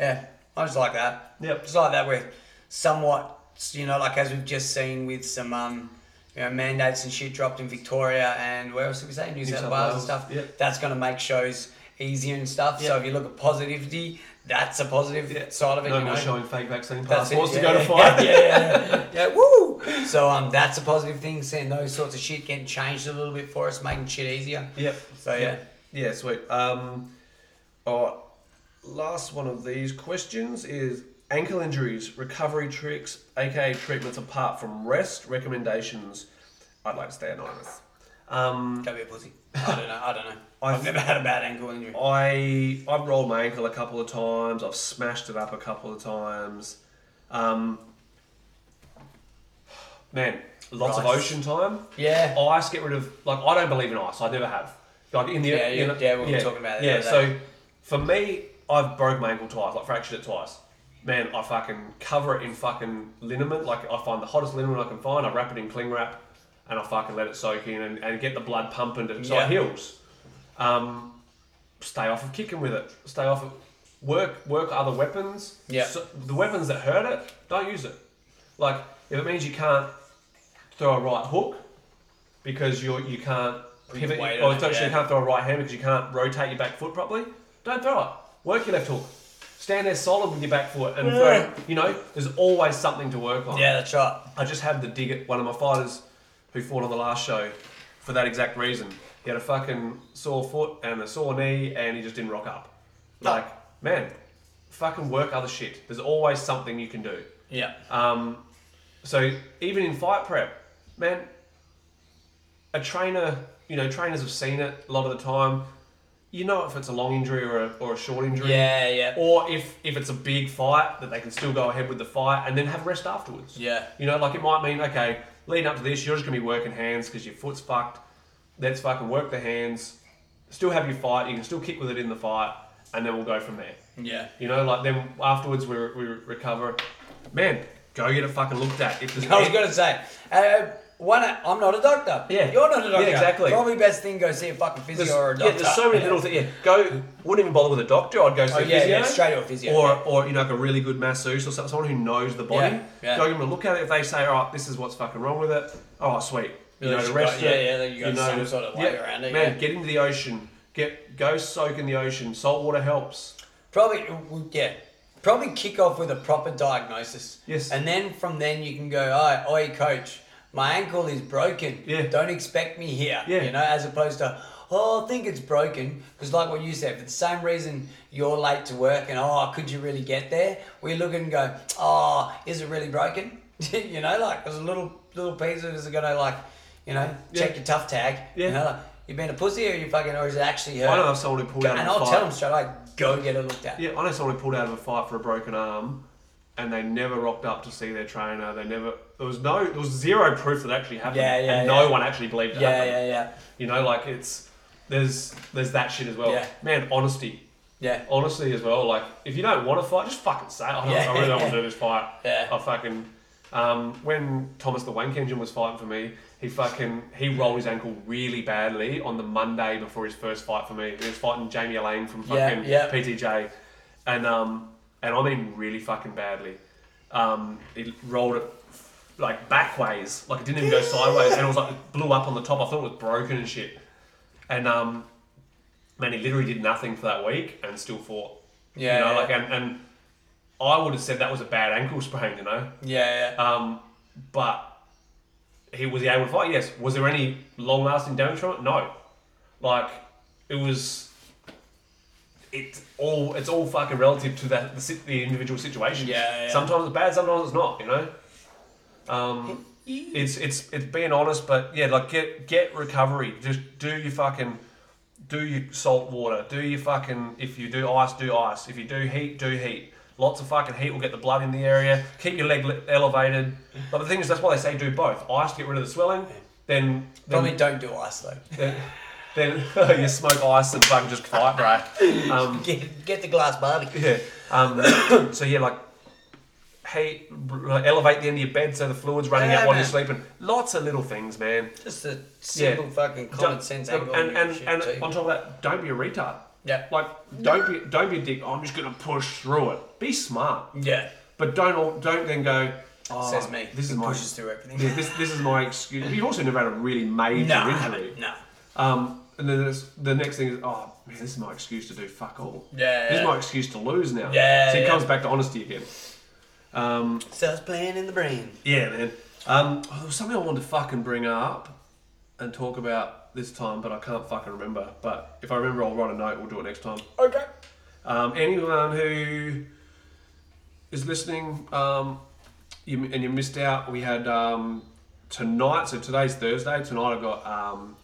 yeah, I just like that.
Yep.
just like that. We're somewhat, you know, like as we've just seen with some um, you know, mandates and shit dropped in Victoria and where else did we say New, South,
South
Wales and
Wales,
stuff.
yep.
That's going to make shows easier and stuff. So
Yep.
if you look at positivity, that's a positive side of it.
No
you
more
know?
showing fake vaccine
That's it,
passports
yeah,
to go to
yeah,
fight.
Yeah, yeah, yeah. yeah, woo! So um, that's a positive thing. Seeing those sorts of shit getting changed a little bit for us, making shit easier.
Yep.
So, yeah.
Yeah, sweet. Um, all right. Last one of these questions is ankle injuries, recovery tricks, aka treatments apart from rest recommendations. I'd like to stay anonymous. Um,
Don't be a pussy. I don't know. I don't know.
I Oh.
I've never had a bad ankle injury.
I I've rolled my ankle a couple of times. I've smashed it up a couple of times. Um, man, lots
Rice.
of ocean time.
Yeah.
ice. Get rid of like I don't believe in ice. I never have. Like in the
Yeah,
you
you-
know-
yeah, we were talking about that
Yeah,
the other
so
day.
for me, I've broke my ankle twice. Like fractured it twice. Man, I fucking cover it in fucking liniment. Like I find the hottest liniment I can find. I wrap it in cling wrap, and I fucking let it soak in and, and get the blood pumping to, so
Yeah.
it heals. Um, stay off of kicking with it. Stay off of work work other weapons.
Yeah.
So- the weapons that hurt it, don't use it. Like if it means you can't throw a right hook because you you can't
your
pivot,
weight
or
on it,
it's actually
yeah.
you can't throw a right hand because you can't rotate your back foot properly. Don't throw it. Work your left hook. Stand there solid with your back foot and
Yeah.
throw. You know, there's always something to work on.
Yeah, that's right.
I just had the dig at one of my fighters who fought on the last show for that exact reason. He had a fucking sore foot and a sore knee and he just didn't rock up.
No.
Like, man, fucking work other shit. There's always something you can do.
Yeah.
Um, so even in fight prep, man, a trainer, you know, trainers have seen it a lot of the time. You know if it's a long injury or a, or a short injury.
Yeah, yeah.
Or if, if it's a big fight, that they can still go ahead with the fight and then have rest afterwards.
Yeah.
You know, like it might mean, okay, leading up to this, you're just going to be working hands because your foot's fucked. Let's fucking work the hands. Still have your fight. You can still kick with it in the fight. And then we'll go from there.
Yeah.
You know, like then afterwards we, we recover. Man, go get it fucking looked at. If there's
I was gonna say, uh, one, I'm not a doctor.
Yeah.
you're not a
Yeah,
doctor.
exactly.
Probably best thing go see a fucking physio
there's,
or a
yeah,
doctor.
there's so many little things. Yeah, go. Wouldn't even bother with a doctor. I'd go see
Oh,
a
yeah,
physio,
yeah, straight to a physio,
or
yeah.
or you know like a really good masseuse or so- someone who knows the body.
Yeah, yeah.
Go give them a look at it. If they say, all right, this is what's fucking wrong with it. Oh, sweet. You
Yeah,
know,
you
to
got-
rest
yeah,
it.
yeah, then you got
know
some
to-
sort of way around it,
Man,
yeah.
get into the ocean. Get go soak in the ocean. Salt water helps.
Probably, yeah. Probably kick off with a proper diagnosis.
Yes.
And then from then you can go, oh, oi, coach, my ankle is broken.
Yeah.
Don't expect me here.
Yeah.
You know, as opposed to, oh, I think it's broken. Because, like what you said, for the same reason you're late to work and, oh, could you really get there? We look and go, oh, is it really broken? you know, like there's a little little piece of us are going to, like, you know, check
Yeah.
your tough tag. You
Yeah.
know, like, you been a pussy or you fucking, or is it actually hurt?
I know someone who pulled out of
And
a
I'll
fight.
tell them straight away, go get it looked at.
Yeah, I know someone who pulled out of a fight for a broken arm, and they never rocked up to see their trainer. They never. There was no. There was zero proof that it actually happened.
Yeah, yeah,
And
yeah.
no one actually believed it
Yeah,
happened.
yeah, yeah.
You know, like it's there's there's that shit as well.
Yeah.
Man, honesty.
Yeah.
honestly as well. Like if you don't want to fight, just fucking say, I, don't, I really don't want to do this fight.
Yeah.
I fucking um, when Thomas the Wank Engine was fighting for me, he fucking he rolled his ankle really badly on the Monday before his first fight for me. He was fighting Jamie Elaine from
Yeah,
fucking
yeah.
PTJ, and um and I mean really fucking badly. Um, he rolled it like back ways, like it didn't even go sideways, and it was like it blew up on the top. I thought it was broken and shit. And um, man, he literally did nothing for that week and still fought.
Yeah,
you know,
yeah.
like and, and I would have said that was a bad ankle sprain, you know.
Yeah, yeah.
Um, but he was he able to fight. Yes. Was there any long lasting damage from it? No. Like it was. It's all it's all fucking relative to that the, sit- the individual situation.
Yeah, yeah.
Sometimes it's bad. Sometimes it's not. You know. Um, it's it's it's being honest, but yeah, like get get recovery. Just do your fucking. Do your salt water. Do your fucking. If you do ice, do ice. If you do heat, do heat. Lots of fucking heat will get the blood in the area. Keep your leg le- elevated. But the thing is, that's why they say do both. Ice to get rid of the swelling. Then,
Probably
then,
don't do ice though.
then, then you smoke ice and fucking just fight, bro. Um,
Get get the glass barbie.
yeah. Um, so yeah, like, hey, r- elevate the end of your bed so the fluid's running
Yeah,
out while
man.
you're sleeping. Lots of little things, man.
Just a simple
Yeah.
fucking common
Don't-
sense
look,
angle.
And
on
and,
your shit
and
too.
on top of that, don't be a retard.
Yeah.
Like don't be don't be a dick. I'm just gonna push through it. Be smart.
yeah.
But don't all, don't then go. Oh,
Says me.
This is
He
my
pushes through everything.
Yeah, this this is my excuse. You've also never had a really major
No, I
injury.
haven't. No.
Um, and then there's, the next thing is, oh man, this is my excuse to do fuck all.
Yeah,
This is
yeah.
my excuse to lose now.
Yeah,
So it
yeah.
comes back to honesty again. Um,
So it's playing in the brain.
yeah, man. Um, oh, there was something I wanted to fucking bring up and talk about this time, but I can't fucking remember. But if I remember, I'll write a note. We'll do it next time.
Okay.
Um, anyone who is listening um, you, and you missed out, we had um, tonight, so today's Thursday. Tonight I've got um,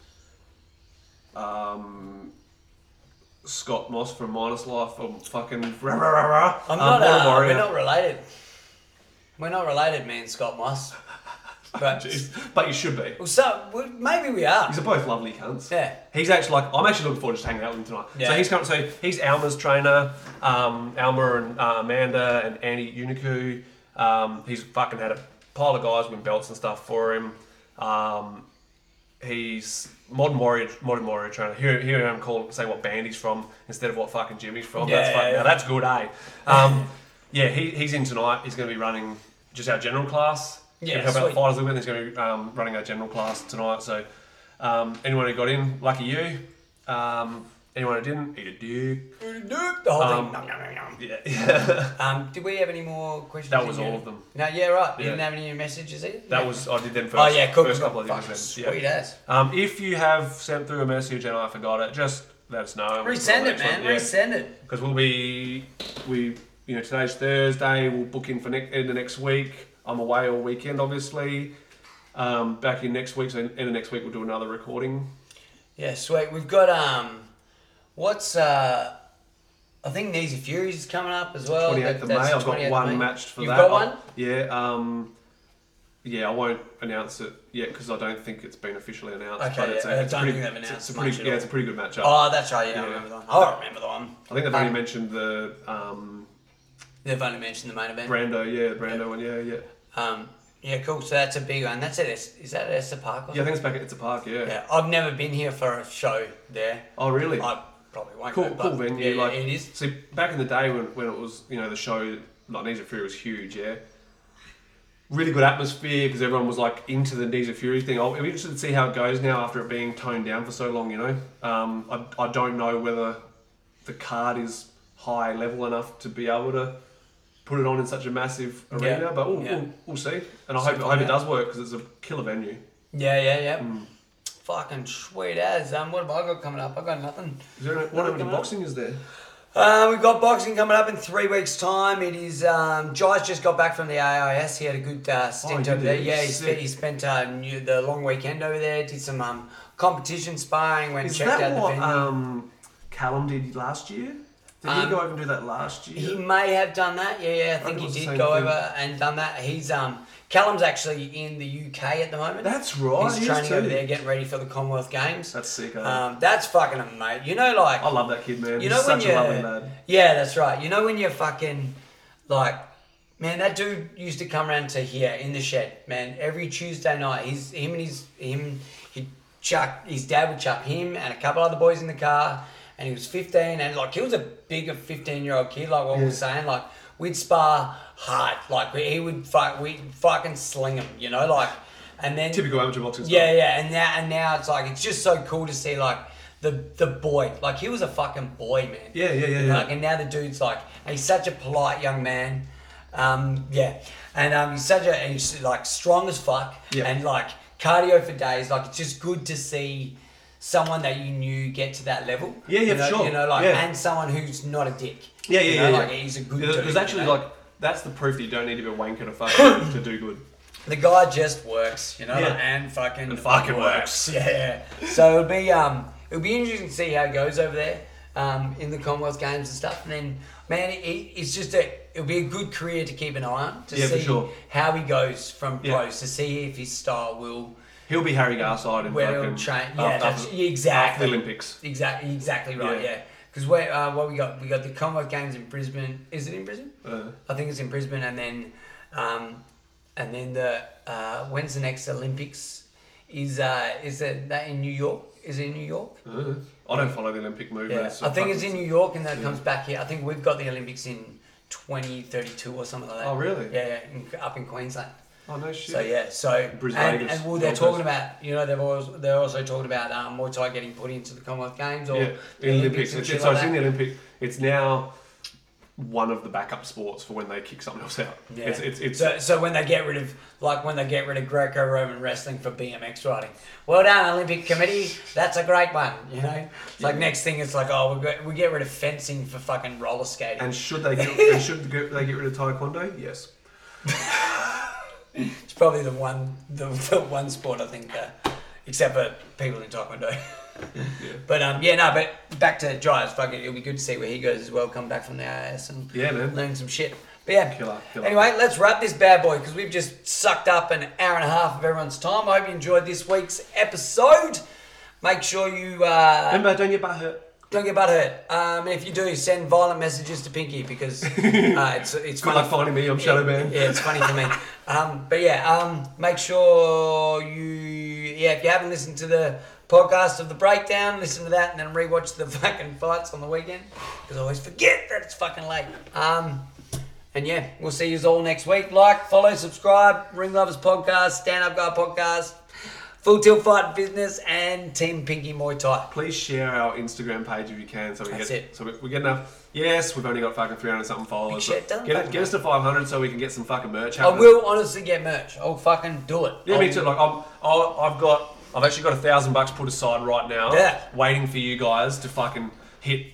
um, Scott Moss from Minus Life from fucking. Rah, rah, rah, rah,
I'm
um,
not. Uh,
Warrior.
we're not related. We're not related, me and Scott Moss. But
Jeez, But you should be.
well, so well, maybe we are.
These are both lovely cunts.
Yeah.
He's actually like I'm actually looking forward to just hanging out with him tonight.
Yeah.
So he's come. So he's Alma's trainer, um, Alma and uh, Amanda and Annie Uniku. Um, he's fucking had a pile of guys win belts and stuff for him. Um, he's modern warrior, modern warrior trainer. Here, here I'm calling saying what band he's from instead of what fucking gym he's from. that's
Yeah.
fucking, now that's good, eh? Um, yeah, he, he's in tonight. He's going to be running just our general class.
Yeah,
Gonna help out the
sweet.
fighters a little bit. He's going to be um, running our general class tonight. So um, anyone who got in, lucky you. Um, anyone who didn't, eat a dick.
The whole
Um,
thing. Nom, nom, nom, nom.
Yeah, yeah.
Um, did we have any more questions?
That
in
was
here?
all of them.
No, yeah, right. You
Yeah.
didn't have any messages either.
that was I did them first.
Oh yeah, cool.
First
cool,
couple of
cool.
things.
Fucking
yeah.
Sweet eh? ass.
Um, if you have sent through a message and I forgot it, just let us know. and we'll put on
Resend
the
it,
next
man.
one. Yeah.
Resend it.
because we'll be we you know today's Thursday. We'll book in for ne- in the next week. I'm away all weekend, obviously. Um, back in next week, so in, in the next week we'll do another recording.
Yeah, sweet. We've got um, what's uh, I think Knees of Furies is coming up as well.
28th
Oh, That-
of May.
that's the
I've
28th
got
of
one
May.
matched for
You've
that.
got
I'll-
one?
yeah. Um, yeah, I won't announce it yet because I don't think it's been officially announced.
Okay,
but it's
yeah, I
a, it's
don't
pretty,
think they've
it's- it's a
announced
pretty,
much at
yeah,
all.
it's a pretty good matchup.
Oh, that's right. Yeah, I
Yeah.
remember the one. Oh, I don't remember the one.
I think they've already
Um,
mentioned the um,
They've only mentioned the main event.
Brando, yeah, the Brando one, yeah, yeah.
Um, yeah, cool. So that's a big one. That's it. Is that at Esther Park? or
Yeah, I think it's back at It's a Park, yeah.
Yeah, I've never been here for a show there.
Oh, really?
I probably won't.
cool,
go,
cool
but
venue.
yeah,
like
it is.
See, back in the day when, when it was you know the show like Knees of Fury was huge, yeah. Really good atmosphere because everyone was like into the Knees of Fury thing. I'll, I'll be interested to see how it goes now after it being toned down for so long. You know, um, I, I don't know whether the card is high level enough to be able to put it on in such a massive arena,
Yeah,
but we'll,
yeah.
we'll, we'll see. And I hope, I hope it does work because it's a killer venue.
Yeah, yeah, yeah.
Hmm.
Fucking sweet as. Um, what have I got coming up? I got nothing.
Is there any, what
Nothing
happened to
coming up.
boxing is there?
Um, we've got boxing coming up in three weeks' time. It is. Um, Jai's just got back from the AIS. He had a good uh, stint
Oh,
over
did
there.
he?
Yeah, he spent,
Sick.
he spent uh, new, the long weekend over there. Did some um, competition sparring. Went and
Is
checked
that
out
what
the venue.
um, Callum did last year? Did he go over and do that last year?
He may have done that. Yeah, yeah. I think
it was the
he
same
did go
thing.
over and done that. He's um, Callum's actually in the UK at the moment.
That's right, he
He's
is
training over
too.
there, getting ready for the Commonwealth Games.
That's sick, eh?
Um, that's fucking amazing. You know, like
I love that kid, man.
you
He's
know when
such
you
a lovely lad.
yeah, that's right. You know when you're fucking like. Man, that dude used to come around to here in the shed. Man, every Tuesday night, he's him and his him. He chuck his dad would chuck him and a couple other boys in the car, and he was fifteen, and like he was a bigger fifteen year old kid. Like what we were saying, like we'd spar hard. Like we- he would fuck, we would fucking sling him. You know, like and then
Typical amateur boxing.
yeah,
style.
yeah, and now and now it's like it's just so cool to see like the the boy. Like he was a fucking boy, man.
Yeah, yeah, yeah,
And,
yeah.
Like and now the dude's like and he's such a polite young man. Um, yeah, and um, he's such a and he's like strong as fuck.
Yeah.
And like cardio for days. Like it's just good to see someone that you knew get to that level.
Yeah, yeah,
you
for
know,
sure.
You know, like
Yeah.
and someone who's not a dick.
yeah, yeah,
you
yeah.
know,
yeah.
Like he's a good.
Yeah,
dude,
Because
you
actually,
know?
like that's the proof that you don't need to be a wanker to fucking to do good.
The guy just works, you know,
Yeah.
like, and fucking
And fucking works.
Yeah. So it'll be um it'll be interesting to see how it goes over there, um, in the Commonwealth Games and stuff. And then man, it, it's just a it'll be a good career to keep an eye on to
Yeah, for
see
sure.
how he goes from
Yeah.
pros to see if his style will
He'll be Harry Garside and
where
fucking
he'll train.
after-
Yeah, that's,
after-
yeah, exactly.
after the Olympics.
Exactly, exactly right.
Yeah.
Yeah. Because where uh, what we got we got the Commonwealth Games in Brisbane. Is it in Brisbane?
Uh,
I think it's in Brisbane, and then, um, and then the uh, when's the next Olympics? Is uh, is it that in New York? Is it in New York?
uh, I don't follow the Olympic movement.
Yeah, I think it's in New York, and that comes back here. I think we've got the Olympics in 2032 or something like that.
Oh, really?
Yeah, yeah in, up in Queensland.
Oh no shit.
So yeah, so
Brisbane,
and,
Vegas,
and well, they're
Gold Coast.
talking about you know they've also, they're also talking about um, Muay Thai getting put into the Commonwealth Games or
Yeah,
the
in Olympics.
and
It's,
shit
it's, so
like
it's in the
that.
Olympic. It's now one of the backup sports for when they kick something else out.
Yeah.
It's it's, it's
so, so when they get rid of like when they get rid of Greco-Roman wrestling for BMX riding, well done Olympic Committee, that's a great one. You know, it's like next thing it's like oh we get, we get rid of fencing for fucking roller skating.
and should they get, and should go- they get rid of taekwondo? Yes.
it's probably the one the, the one sport I think, uh, except for people in taekwondo. But um yeah no but back to Giles fucking it'll be good to see where he goes as well. Come back from the IS and
Yeah, man.
learn some shit. But yeah.
Killer, killer.
Anyway, let's wrap this bad boy because we've just sucked up an hour and a half of everyone's time. I hope you enjoyed this week's episode. Make sure you uh,
Remember, don't get butt hurt.
don't get butthurt. Um, if you do, send violent messages to Pinky because uh, it's it's
Good
funny-
luck finding me. I'm shadow
yeah,
man.
Yeah, it's funny for me. Um, but yeah, um, make sure you yeah if you haven't listened to the podcast of the breakdown, listen to that and then rewatch the fucking fights on the weekend because I always forget that it's fucking late. Um, and yeah, we'll see you all next week. Like, follow, subscribe, Ring Lovers Podcast, Stand Up Guy Podcast, Full Tilt Fight Business, and Team Pinky Muay Thai.
Please share our Instagram page if you can, so we
That's
get
it.
so we, we get enough. Yes, we've only got fucking 300 something followers.
shit,
but
don't
get, it,
fucking
get us to 500 so we can get some fucking merch.
I
Happening.
will honestly get merch. I'll fucking do it.
Yeah,
I'll-
me too. Like I'm, I'll, I've got, I've actually got a thousand bucks put aside right now,
Yeah.
waiting for you guys to fucking hit,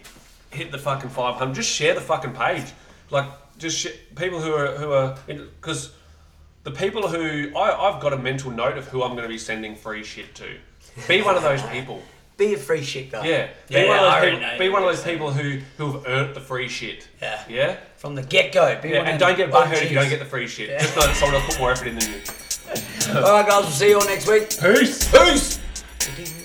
hit the fucking five hundred. Just share the fucking page, like just sh- people who are who are because the people who I, I've got a mental note of who I'm going to be sending free shit to. Be one of those people.
Be a free shit guy.
Yeah. Be
Yeah,
one
I
of
already
those people,
know
be
you
one of
were
those
saying.
people who who've earned the free shit.
Yeah.
Yeah.
From the get go.
Yeah, and don't get butthurt if you don't get the free shit.
Yeah.
Just know that someone else put more effort in than you.
Alright, guys, we'll see you all next week.
Peace. Peace.
Peace.